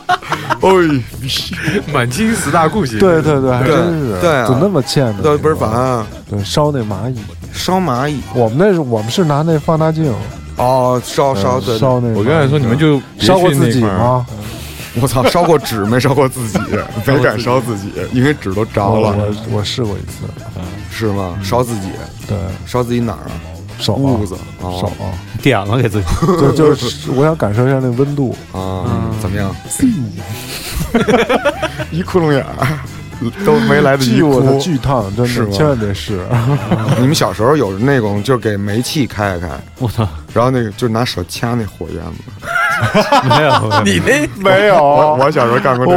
Speaker 4: 哎，
Speaker 6: 满清十大酷刑。
Speaker 3: 对对对，还
Speaker 4: 对
Speaker 3: 真是
Speaker 4: 对啊
Speaker 3: 怎么那么欠呢？
Speaker 4: 那倍儿烦。
Speaker 3: 对，烧那蚂蚁，
Speaker 4: 烧蚂蚁
Speaker 3: 我们那是我们是拿那放大镜
Speaker 4: 哦，烧烧对，
Speaker 3: 烧那蚂蚁，
Speaker 6: 我刚才说你们就别
Speaker 3: 烧过
Speaker 6: 去
Speaker 3: 自
Speaker 6: 那
Speaker 3: 己
Speaker 6: 块儿？
Speaker 3: 吗？
Speaker 4: 我操，烧过纸没烧过自己，没敢烧自己，因为纸都着了，
Speaker 3: 哦我我试过一次，
Speaker 4: 是吗？烧自己，
Speaker 3: 对
Speaker 4: 烧自己哪儿啊？
Speaker 3: 手啊
Speaker 4: 痦子，哦
Speaker 3: 手啊，
Speaker 5: 点了给自己，
Speaker 3: 就就是我想感受一下那温度，
Speaker 4: 啊，怎么样？一窟窿眼儿都没来 得及
Speaker 3: 巨我的
Speaker 4: 哭。
Speaker 3: 巨烫，真
Speaker 4: 是
Speaker 3: 的
Speaker 4: 吗
Speaker 3: 千万得试。
Speaker 4: 你们小时候有那种就是给煤气开一开，
Speaker 5: 我操，
Speaker 4: 然后那个就拿手掐那火焰吗？
Speaker 5: 没有，你
Speaker 3: 没有，
Speaker 4: 我我小时候干过这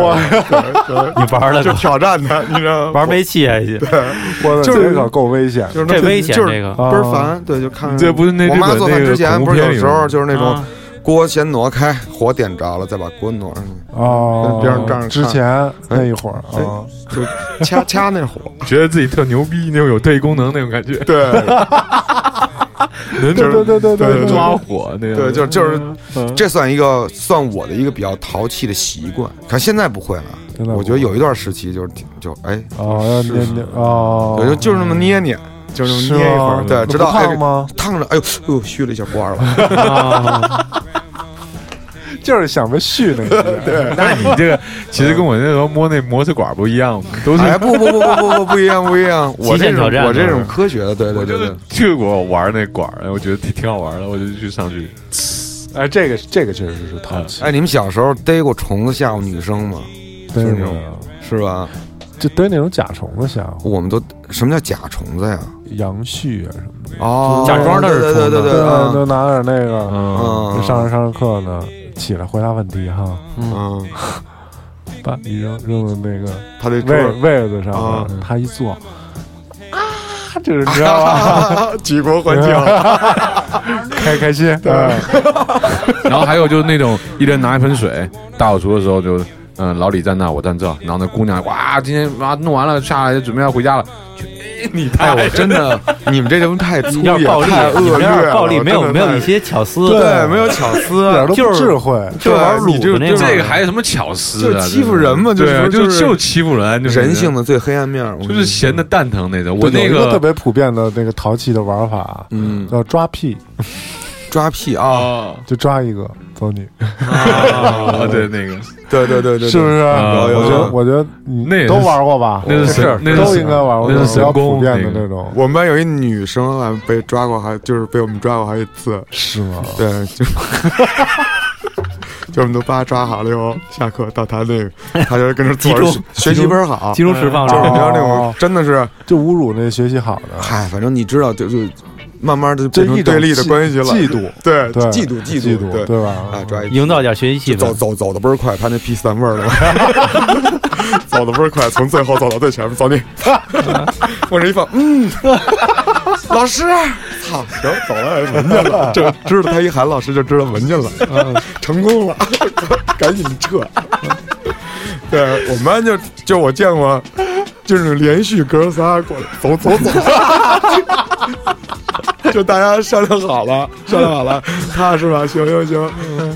Speaker 4: 个，
Speaker 5: 你玩了
Speaker 4: 就挑战他，你知道吗？
Speaker 5: 玩煤气还行，
Speaker 3: 我
Speaker 4: 就
Speaker 3: 这
Speaker 4: 是
Speaker 3: 可够危险的。
Speaker 4: 就是那
Speaker 5: 这危险
Speaker 4: 就是
Speaker 5: 这个
Speaker 4: 倍儿烦，对，就看
Speaker 6: 这不是那
Speaker 4: 我
Speaker 6: 日本
Speaker 4: 妈做饭
Speaker 6: 那个
Speaker 4: 之前
Speaker 6: 恐怖
Speaker 4: 不是
Speaker 6: 片
Speaker 4: 有
Speaker 6: 里
Speaker 4: 时
Speaker 6: 吗
Speaker 4: 候就是那种
Speaker 5: 啊
Speaker 4: 锅先挪开，火点着了，再把锅挪上去，
Speaker 3: 哦，
Speaker 4: 跟别人站着看
Speaker 3: 之前那一会儿啊，
Speaker 4: 就掐 掐那火，
Speaker 6: 觉得自己特牛逼，那种有特异功能那种感觉，
Speaker 4: 对
Speaker 3: 对
Speaker 6: 能
Speaker 3: 对对对对对
Speaker 6: 抓火那种。
Speaker 4: 对，就就是这算一个算我的一个比较淘气的习惯，可现在不会了。
Speaker 3: 现在不会
Speaker 4: 我觉得有一段时期就是挺就哎，
Speaker 3: 哦，要捏捏哦，
Speaker 4: 我就就是那么捏捏，就是那
Speaker 3: 是
Speaker 4: 么捏一会
Speaker 3: 吗
Speaker 4: 儿，？对，
Speaker 3: 那
Speaker 4: 直
Speaker 3: 不
Speaker 4: 到哎
Speaker 3: 烫吗？
Speaker 4: 烫着，哎呦哎呦，虚了一下瓜了。
Speaker 3: 就是想着续 那个，对，
Speaker 6: 那你这 个其实跟我那时候摸那摩斯管不一样嘛，都是
Speaker 4: 哎，不不不不不不不一样不一样，我
Speaker 5: 极
Speaker 4: 这
Speaker 5: 限挑
Speaker 4: 种
Speaker 5: 战
Speaker 4: 我这
Speaker 5: 就是
Speaker 4: 种科学的，对对对
Speaker 6: 就是
Speaker 4: 对，
Speaker 6: 去过玩那管儿，哎我觉得挺挺好玩的，我就去上去。
Speaker 3: 哎，这个这个确实是淘气，
Speaker 4: 哎，你们小时候逮过虫子吓唬女生吗？
Speaker 3: 对
Speaker 4: 是
Speaker 3: 那
Speaker 4: 那
Speaker 3: 种
Speaker 4: 种是吧？
Speaker 3: 就逮那种甲虫子吓唬，
Speaker 4: 我们都什么叫假虫子呀？
Speaker 3: 杨絮啊什么的，
Speaker 4: 哦，
Speaker 5: 假装那
Speaker 4: 对
Speaker 5: 是
Speaker 4: 对对对对，
Speaker 3: 对，
Speaker 4: 嗯
Speaker 3: 都拿点那个，
Speaker 6: 嗯，
Speaker 4: 嗯
Speaker 3: 就上着上着课呢，起来回答问题哈，
Speaker 4: 嗯，
Speaker 3: 把一扔扔到那个
Speaker 4: 他这
Speaker 3: 位位子上
Speaker 4: 啊
Speaker 3: 面，他一坐，嗯啊，这个你知 道吧？
Speaker 4: 啊，举国欢庆，
Speaker 3: 开开心，对，
Speaker 6: 然后还有就是那种一人拿一盆水，大扫除的时候就，嗯，老李站那，我站这，然后那姑娘哇，今天哇弄完了下来就准备要回家了，去你
Speaker 4: 哎，
Speaker 6: 太
Speaker 4: 我真的，你们这人太粗
Speaker 5: 有点
Speaker 4: 野，
Speaker 5: 暴力
Speaker 4: 太，恶
Speaker 5: 你们
Speaker 4: 劣
Speaker 5: 有
Speaker 4: 了，
Speaker 5: 点暴力，没有
Speaker 4: 真的
Speaker 5: 没有
Speaker 4: 太
Speaker 5: 一些巧思，
Speaker 4: 对，没有巧思
Speaker 3: 一，点都
Speaker 5: 就
Speaker 3: 不
Speaker 5: 是
Speaker 3: 智慧，
Speaker 5: 就玩
Speaker 4: 对你
Speaker 5: 卤
Speaker 4: 这
Speaker 5: 的那
Speaker 4: 就
Speaker 5: 种
Speaker 6: 这个还有什么巧思
Speaker 4: 就
Speaker 6: 啊？
Speaker 4: 欺负人嘛，
Speaker 6: 对
Speaker 4: 是
Speaker 6: 啊，
Speaker 4: 就
Speaker 6: 就是就欺负人，就是
Speaker 4: 人性的最黑暗面，我跟
Speaker 6: 就
Speaker 4: 你说
Speaker 6: 是闲的蛋疼那种。我
Speaker 3: 有
Speaker 6: 那
Speaker 3: 一特别普遍的那个淘气的玩法，
Speaker 4: 嗯，
Speaker 3: 叫抓屁，
Speaker 4: 抓屁 啊，
Speaker 6: 哦，
Speaker 3: 就抓一个走你，
Speaker 6: 哦对那个
Speaker 4: 对对对对，
Speaker 3: 是不
Speaker 4: 对？
Speaker 3: 是？
Speaker 6: 有有
Speaker 3: 我觉得
Speaker 4: 有
Speaker 3: 我觉得你
Speaker 6: 那也是
Speaker 3: 都玩过吧？
Speaker 6: 那是
Speaker 4: 是
Speaker 6: 神那
Speaker 3: 都
Speaker 6: 是
Speaker 3: 应该玩过，
Speaker 6: 那是
Speaker 3: 比较
Speaker 6: 神
Speaker 3: 普
Speaker 6: 功
Speaker 3: 遍的
Speaker 6: 那
Speaker 3: 那
Speaker 6: 个
Speaker 3: 种，
Speaker 4: 我们班有一女生啊，被抓过，还就是被我们抓过好几次，
Speaker 3: 是吗？
Speaker 4: 对，就 就我们都把他抓好了以后，下课到他那个，他就跟着坐着
Speaker 5: 集
Speaker 4: 学
Speaker 5: 中
Speaker 4: 学习分好，
Speaker 5: 集
Speaker 4: 就是
Speaker 5: 中释放
Speaker 4: 你
Speaker 5: 是
Speaker 4: 知
Speaker 5: 吧
Speaker 4: 道那种真的是，
Speaker 3: 就侮辱那学习好的，
Speaker 4: 嗨，反正你知道，就就慢慢的
Speaker 3: 这
Speaker 4: 变
Speaker 3: 一
Speaker 4: 成
Speaker 3: 种
Speaker 4: 对立的
Speaker 3: 嫉
Speaker 4: 关系了，
Speaker 3: 嫉妒，
Speaker 4: 对
Speaker 3: 对，
Speaker 4: 嫉妒
Speaker 3: 嫉
Speaker 4: 妒对，
Speaker 3: 对吧？
Speaker 4: 啊，抓一
Speaker 5: 营造点学习
Speaker 4: 就
Speaker 5: 气
Speaker 4: 走
Speaker 5: 氛。
Speaker 4: 走走的倍儿快，他那屁散味儿了， 走的倍儿快，从最 后走到最前面，走你，往这一放，嗯，老师，操！然后走了，闻见了，这知道他一喊老师就知道闻见了，成功了， 赶紧撤。对我们班就就我见过，就是连续哥仨过来走走 走，就大家商量好了，商量好了，踏实吧，行行行，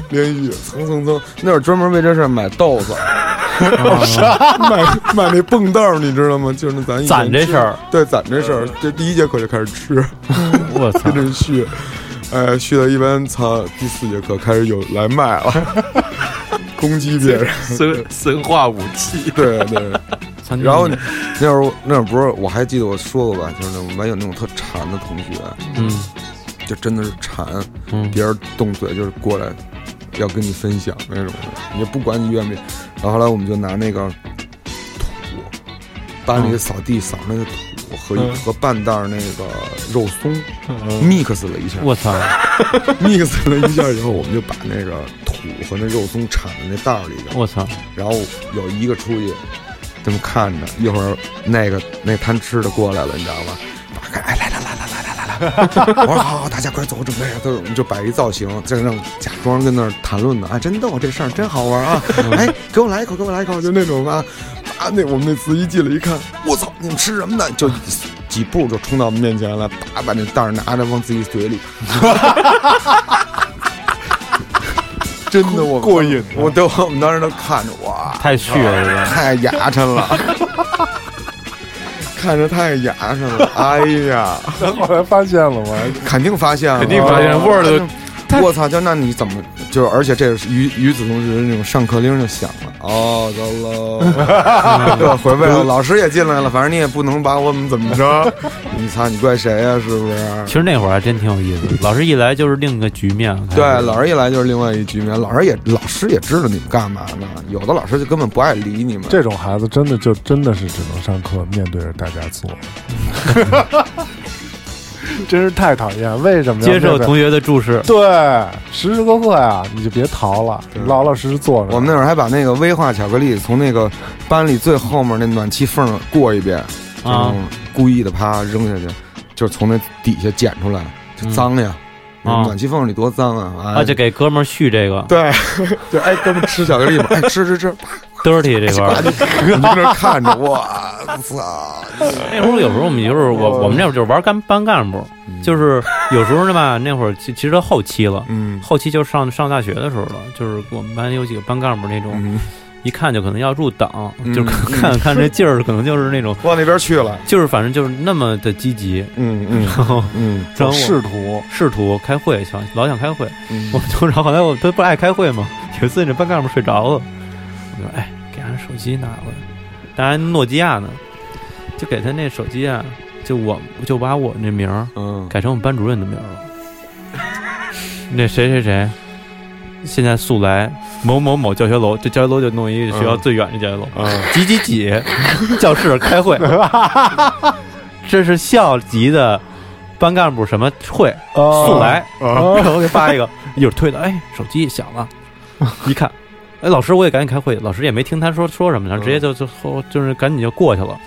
Speaker 4: 连续蹭蹭蹭，那会儿专门为这事儿买豆子。买买啊那蹦豆儿，你知道吗？就是咱以前
Speaker 5: 攒这
Speaker 4: 吃
Speaker 5: 事儿，啊
Speaker 4: 对，攒这事儿，这第一节课就开始吃，
Speaker 5: 我操
Speaker 4: 跟！着续，哎，续到一般，操，第四节课开始有来卖了， 攻击别 人，
Speaker 9: 生生化武器，
Speaker 4: 对对。然后那会儿那会儿不是，我还记得我说过吧，就是我们班有那种特馋的同学，
Speaker 5: 嗯
Speaker 4: 就真的是馋，
Speaker 5: 嗯
Speaker 4: 别人动嘴就是过来要跟你分享那种，你也不管你愿不愿意。然后后来我们就拿那个土，班
Speaker 5: 嗯
Speaker 4: 里扫地扫那个土和一、和半袋儿那个肉松、mix 了一下
Speaker 5: 嗯我操！
Speaker 4: ，mix 了一下以后，我们就把那个土和那肉松铲在那袋儿里边，
Speaker 5: 我操！
Speaker 4: 然后有一个出去，这么看着，一会儿那个那贪吃的过来了，你知道吗？打开，哎，来来来来来来来来， 我说好，好大家快走，准备，都我们就摆一造型，再让假装跟那儿谈论呢，啊，真逗，这事儿真好玩啊，哎，给我来一口，给我来一口，就那种啊，啊，那我们那次一进来一看，我操，你们吃什么呢？就几步就冲到我们面前来，啪，把那袋儿拿着往自己嘴里， 真的我过瘾，我都我们当时都看着哇，
Speaker 5: 太虚
Speaker 4: 啊
Speaker 5: 了，这个
Speaker 4: 太牙碜了，看着太牙碜了。哎呀，
Speaker 3: 后来发现了吗？
Speaker 4: 肯定发现了，
Speaker 6: 肯定发现味儿都
Speaker 4: 都。我操！就那你怎么就是？而且这是于于子同学那种上课铃就响了。哦，糟喽， 又回味了。老师也进来了，反正你也不能把我们怎么着。你操，你怪谁呀、是不
Speaker 5: 其
Speaker 4: 是？
Speaker 5: 实那会儿还真挺有意思的。老师一来就是另一个局面。
Speaker 4: 对，老师一来就是另外一局面。老师也老师也知道你们干嘛呢。有的老师就根本不爱理你们。
Speaker 3: 这种孩子真的就真的是只能上课面对着大家做，真是太讨厌。为什么要
Speaker 5: 接受
Speaker 3: 面对
Speaker 5: 同学的注视，
Speaker 3: 对，时时刻刻呀，你就别逃了，老老实实坐着。
Speaker 4: 我们那会儿还把那个威化巧克力从那个班里最后面那暖气缝儿过一遍，
Speaker 5: 啊
Speaker 4: 嗯，故意的啪扔下去，就是从那底下捡出来，就脏呀，
Speaker 5: 嗯啊
Speaker 4: 暖气缝里多脏啊！哎
Speaker 5: 啊，就给哥们儿续这 个
Speaker 4: 对，就哎哥们儿吃巧克力吧，哎吃吃吃，
Speaker 5: dirty 这块 儿。
Speaker 4: 你搁那儿看着，我操！
Speaker 5: 那会儿有时候我们就是
Speaker 4: 哦
Speaker 5: 我我们那会儿就是玩干班干部，
Speaker 4: 嗯
Speaker 5: 就是有时候呢吧，那会儿其其实到后期了，
Speaker 4: 嗯
Speaker 5: 后期就上上大学的时候了，就是我们班有几个班干部那种，
Speaker 4: 嗯，
Speaker 5: 一看就可能要入党，
Speaker 4: 嗯
Speaker 5: 就是看看这劲儿，可能就是那种，
Speaker 4: 往那边去了，
Speaker 5: 就是反正就是那么的积极，
Speaker 4: 嗯嗯
Speaker 5: 然后
Speaker 4: 嗯
Speaker 5: 然后
Speaker 3: 仕途，
Speaker 5: 试图开会，想老想开会，
Speaker 4: 嗯
Speaker 5: 我们就然后后来我他不是爱开会吗？ 有一次这班干部睡着了，我说哎，给俺手机拿过来，当然诺基亚呢，就给他那手机啊，就我就把我那名儿
Speaker 4: 嗯，
Speaker 5: 改成我们班主任的名儿了。 那谁谁谁，现在速来某某某教学楼，这教学楼就弄一个学校最远的教学楼，几几几教室开会，这是校级的班干部什么会，
Speaker 3: 哦
Speaker 5: 速来，
Speaker 4: 啊
Speaker 5: 然后给发一个，一会儿推的，哎，手机响了，一看，哎，老师我也赶紧开会，老师也没听他说说什么，然后直
Speaker 4: 嗯
Speaker 5: 接就就后就是赶紧就过去了。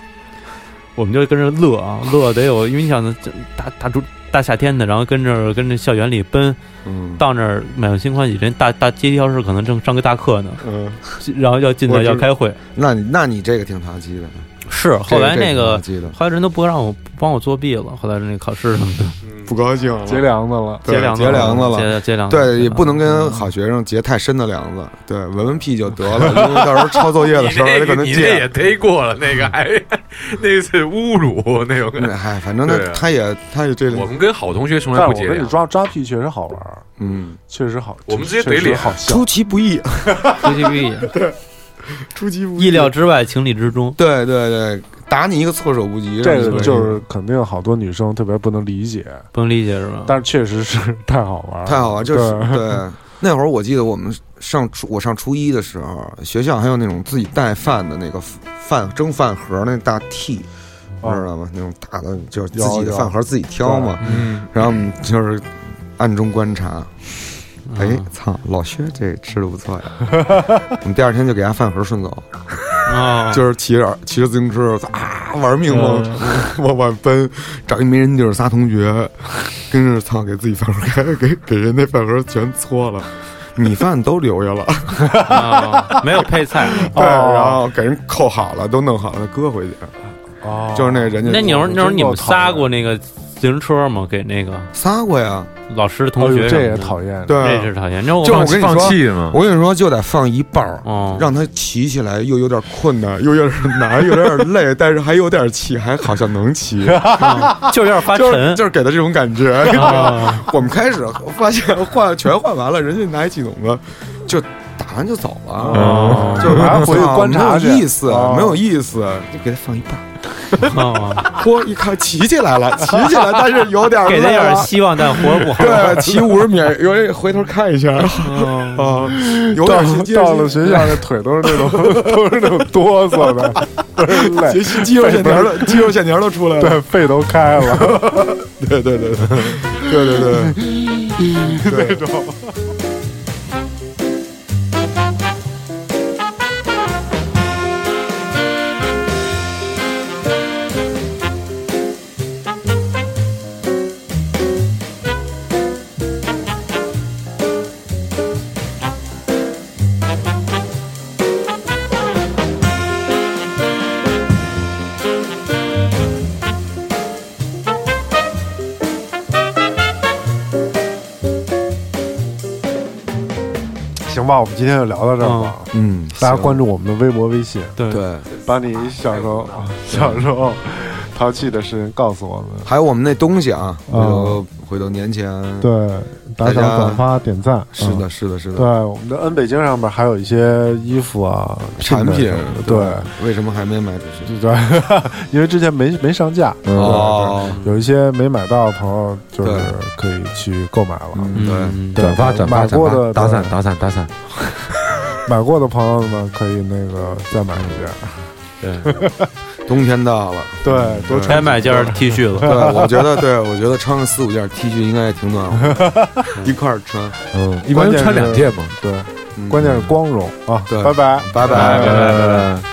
Speaker 5: 我们就跟着乐啊，乐得有，因为你想，这大大主大夏天的，然后跟着跟着校园里奔，
Speaker 4: 嗯
Speaker 5: 到那儿满心欢喜，人大大阶梯教室可能正上个大课呢，
Speaker 4: 嗯，
Speaker 5: 然后要进
Speaker 4: 我
Speaker 5: 来
Speaker 4: 知
Speaker 5: 要开会。
Speaker 4: 那你那你这个挺滑稽的，
Speaker 5: 是，后来那个
Speaker 4: 这挺滑稽
Speaker 5: 后来人都不让我帮我作弊了，后来那考 试什么的，
Speaker 4: 的不高兴了
Speaker 3: 结梁子了，
Speaker 4: 对
Speaker 5: 结梁
Speaker 4: 结梁子了
Speaker 5: 结结梁子了
Speaker 4: 对，也不能跟好学生结太深的梁子，对，闻闻屁就得了，因为到时候抄作业的时候
Speaker 9: 你那
Speaker 4: 他可
Speaker 9: 个
Speaker 4: 能
Speaker 9: 你那
Speaker 4: 借
Speaker 9: 也。忒过了，那个 还那是侮辱那种
Speaker 4: 嗯
Speaker 9: 感觉。
Speaker 4: 嗨，反正他
Speaker 9: 对啊
Speaker 4: 他也他也这
Speaker 6: 我
Speaker 4: 种，
Speaker 6: 们跟好同学从来
Speaker 3: 但
Speaker 6: 不啊
Speaker 3: 我
Speaker 6: 结
Speaker 3: 跟
Speaker 6: 梁
Speaker 3: 你，抓抓屁确实好玩儿，
Speaker 4: 嗯，
Speaker 3: 确实好，
Speaker 6: 我们直接
Speaker 3: 确实
Speaker 6: 怼脸
Speaker 3: 好笑
Speaker 4: 出。其不意，
Speaker 5: 出其不意，
Speaker 4: 出其不
Speaker 5: 意料之外，情理之中。
Speaker 4: 对对对，打你一个措手不及，
Speaker 3: 这
Speaker 4: 让
Speaker 3: 个
Speaker 4: 你
Speaker 3: 就是肯定好多女生特别不能理解，
Speaker 5: 不能理解是吧？
Speaker 3: 但是确实是 太好玩儿，
Speaker 4: 太好玩，就是
Speaker 3: 对
Speaker 4: 对。那会儿我记得我们上初我上初一的时候，学校还有那种自己带饭的那个饭蒸饭盒那大屉，
Speaker 3: 哦
Speaker 4: 知道吗？那种大的就是自
Speaker 3: 有
Speaker 4: 己的
Speaker 3: 有
Speaker 4: 饭盒自己挑嘛。
Speaker 9: 嗯，
Speaker 4: 然后我们就是暗中观察，
Speaker 3: 嗯
Speaker 5: 啊
Speaker 4: 哎，操，老薛这吃的不 错呀！我们第二天就给他饭盒顺走，
Speaker 5: 啊，
Speaker 4: 就是骑着骑着自行车，啊，玩命往 往外奔，找一没人地儿仨同学，跟着操给自己饭盒开给给人那饭盒全搓了，米饭都留下了，
Speaker 5: 啊，没有配菜。
Speaker 4: 对，然后给人扣好了，都弄好了，搁回去，
Speaker 3: 哦
Speaker 4: 就是那人家
Speaker 5: 那你
Speaker 3: 牛
Speaker 5: 说那时候你们仨过那个自行车吗？给那个
Speaker 4: 撒过呀，
Speaker 5: 老师
Speaker 3: 哎
Speaker 5: 同
Speaker 3: 呦
Speaker 5: 学什
Speaker 3: 这
Speaker 5: 么
Speaker 3: 也
Speaker 5: 的，
Speaker 3: 讨厌，
Speaker 4: 对，
Speaker 5: 这是讨厌。那我
Speaker 4: 就
Speaker 5: 放
Speaker 4: 我跟你
Speaker 9: 放
Speaker 4: 说
Speaker 9: 弃嘛，
Speaker 4: 我跟你说，就得放一半儿，
Speaker 5: 哦，
Speaker 4: 让它骑起来又有点困难，又有点难，又有点累，但是还有点气，还好像能骑，
Speaker 5: 就是有点发
Speaker 4: 就是
Speaker 5: 沉，哦
Speaker 4: 就是给他这种感觉。你知道吗 我们开始发现换全换完了，人家拿一气筒子就打完就走了
Speaker 5: 哦，
Speaker 4: 就是
Speaker 3: 还回去
Speaker 4: 操
Speaker 3: 观察
Speaker 4: 没
Speaker 3: 去
Speaker 4: 有意思，
Speaker 3: 哦
Speaker 4: 没有意思，就给他放一半儿。
Speaker 5: 哦
Speaker 4: 嚯，一看骑起来了，骑起来，但是有点
Speaker 5: 给他
Speaker 4: 累
Speaker 5: 有点
Speaker 4: 了
Speaker 5: 希望，但活不好。
Speaker 4: 对，骑五十米，有人回头看一下啊，有
Speaker 3: 哦到
Speaker 4: 点心
Speaker 3: 到了学校，那腿都是那种 都是那种哆嗦的， 都是累，
Speaker 4: 肌肌肉线条都肌肉线条都出来了。
Speaker 3: 对，肺都开了。
Speaker 4: 对对对对对对对，
Speaker 3: 行吧，我们今天就聊到这儿吧。
Speaker 4: 嗯，
Speaker 3: 大家关注我们的微博、微信，
Speaker 5: 对
Speaker 4: 对，
Speaker 3: 把你小时候 小时候淘气的事情告诉我们。
Speaker 4: 还有我们那东西啊，回头
Speaker 3: 哦
Speaker 4: 回头年前，
Speaker 3: 对，打
Speaker 4: 大家
Speaker 3: 赏、转发、点赞，
Speaker 4: 是
Speaker 3: 嗯
Speaker 4: 的，是的，是
Speaker 3: 对
Speaker 4: 的，，
Speaker 3: 我们的 N 北京上面还有一些衣服啊、
Speaker 4: 产品
Speaker 3: 什么的对，
Speaker 4: 为什么还没卖出去？
Speaker 3: 对， 因为之前没没上架，对
Speaker 4: 哦，
Speaker 3: 有一些没买到的朋友，就是
Speaker 4: 对
Speaker 3: 可以去购买了。
Speaker 4: 嗯 对，
Speaker 5: 嗯，
Speaker 3: 对
Speaker 6: 转发转发
Speaker 3: 买过
Speaker 6: 转
Speaker 3: 的
Speaker 6: 发，打
Speaker 3: 对
Speaker 6: 赏打赏打 赏，
Speaker 3: 买过的朋友呢，可以那个再买一件。
Speaker 4: 冬天到了，
Speaker 3: 对，多
Speaker 5: 该
Speaker 3: 穿
Speaker 5: 买件 T 恤
Speaker 4: 对，
Speaker 5: 了。
Speaker 4: 我觉得，对我觉得穿个四五件 T 恤应该也挺暖和，一块儿穿，
Speaker 6: 嗯，一般就穿两件嘛。
Speaker 3: 对，
Speaker 4: 嗯
Speaker 3: 关键是光荣啊！
Speaker 4: 对
Speaker 3: 拜拜，
Speaker 4: 拜拜
Speaker 6: 拜拜拜拜。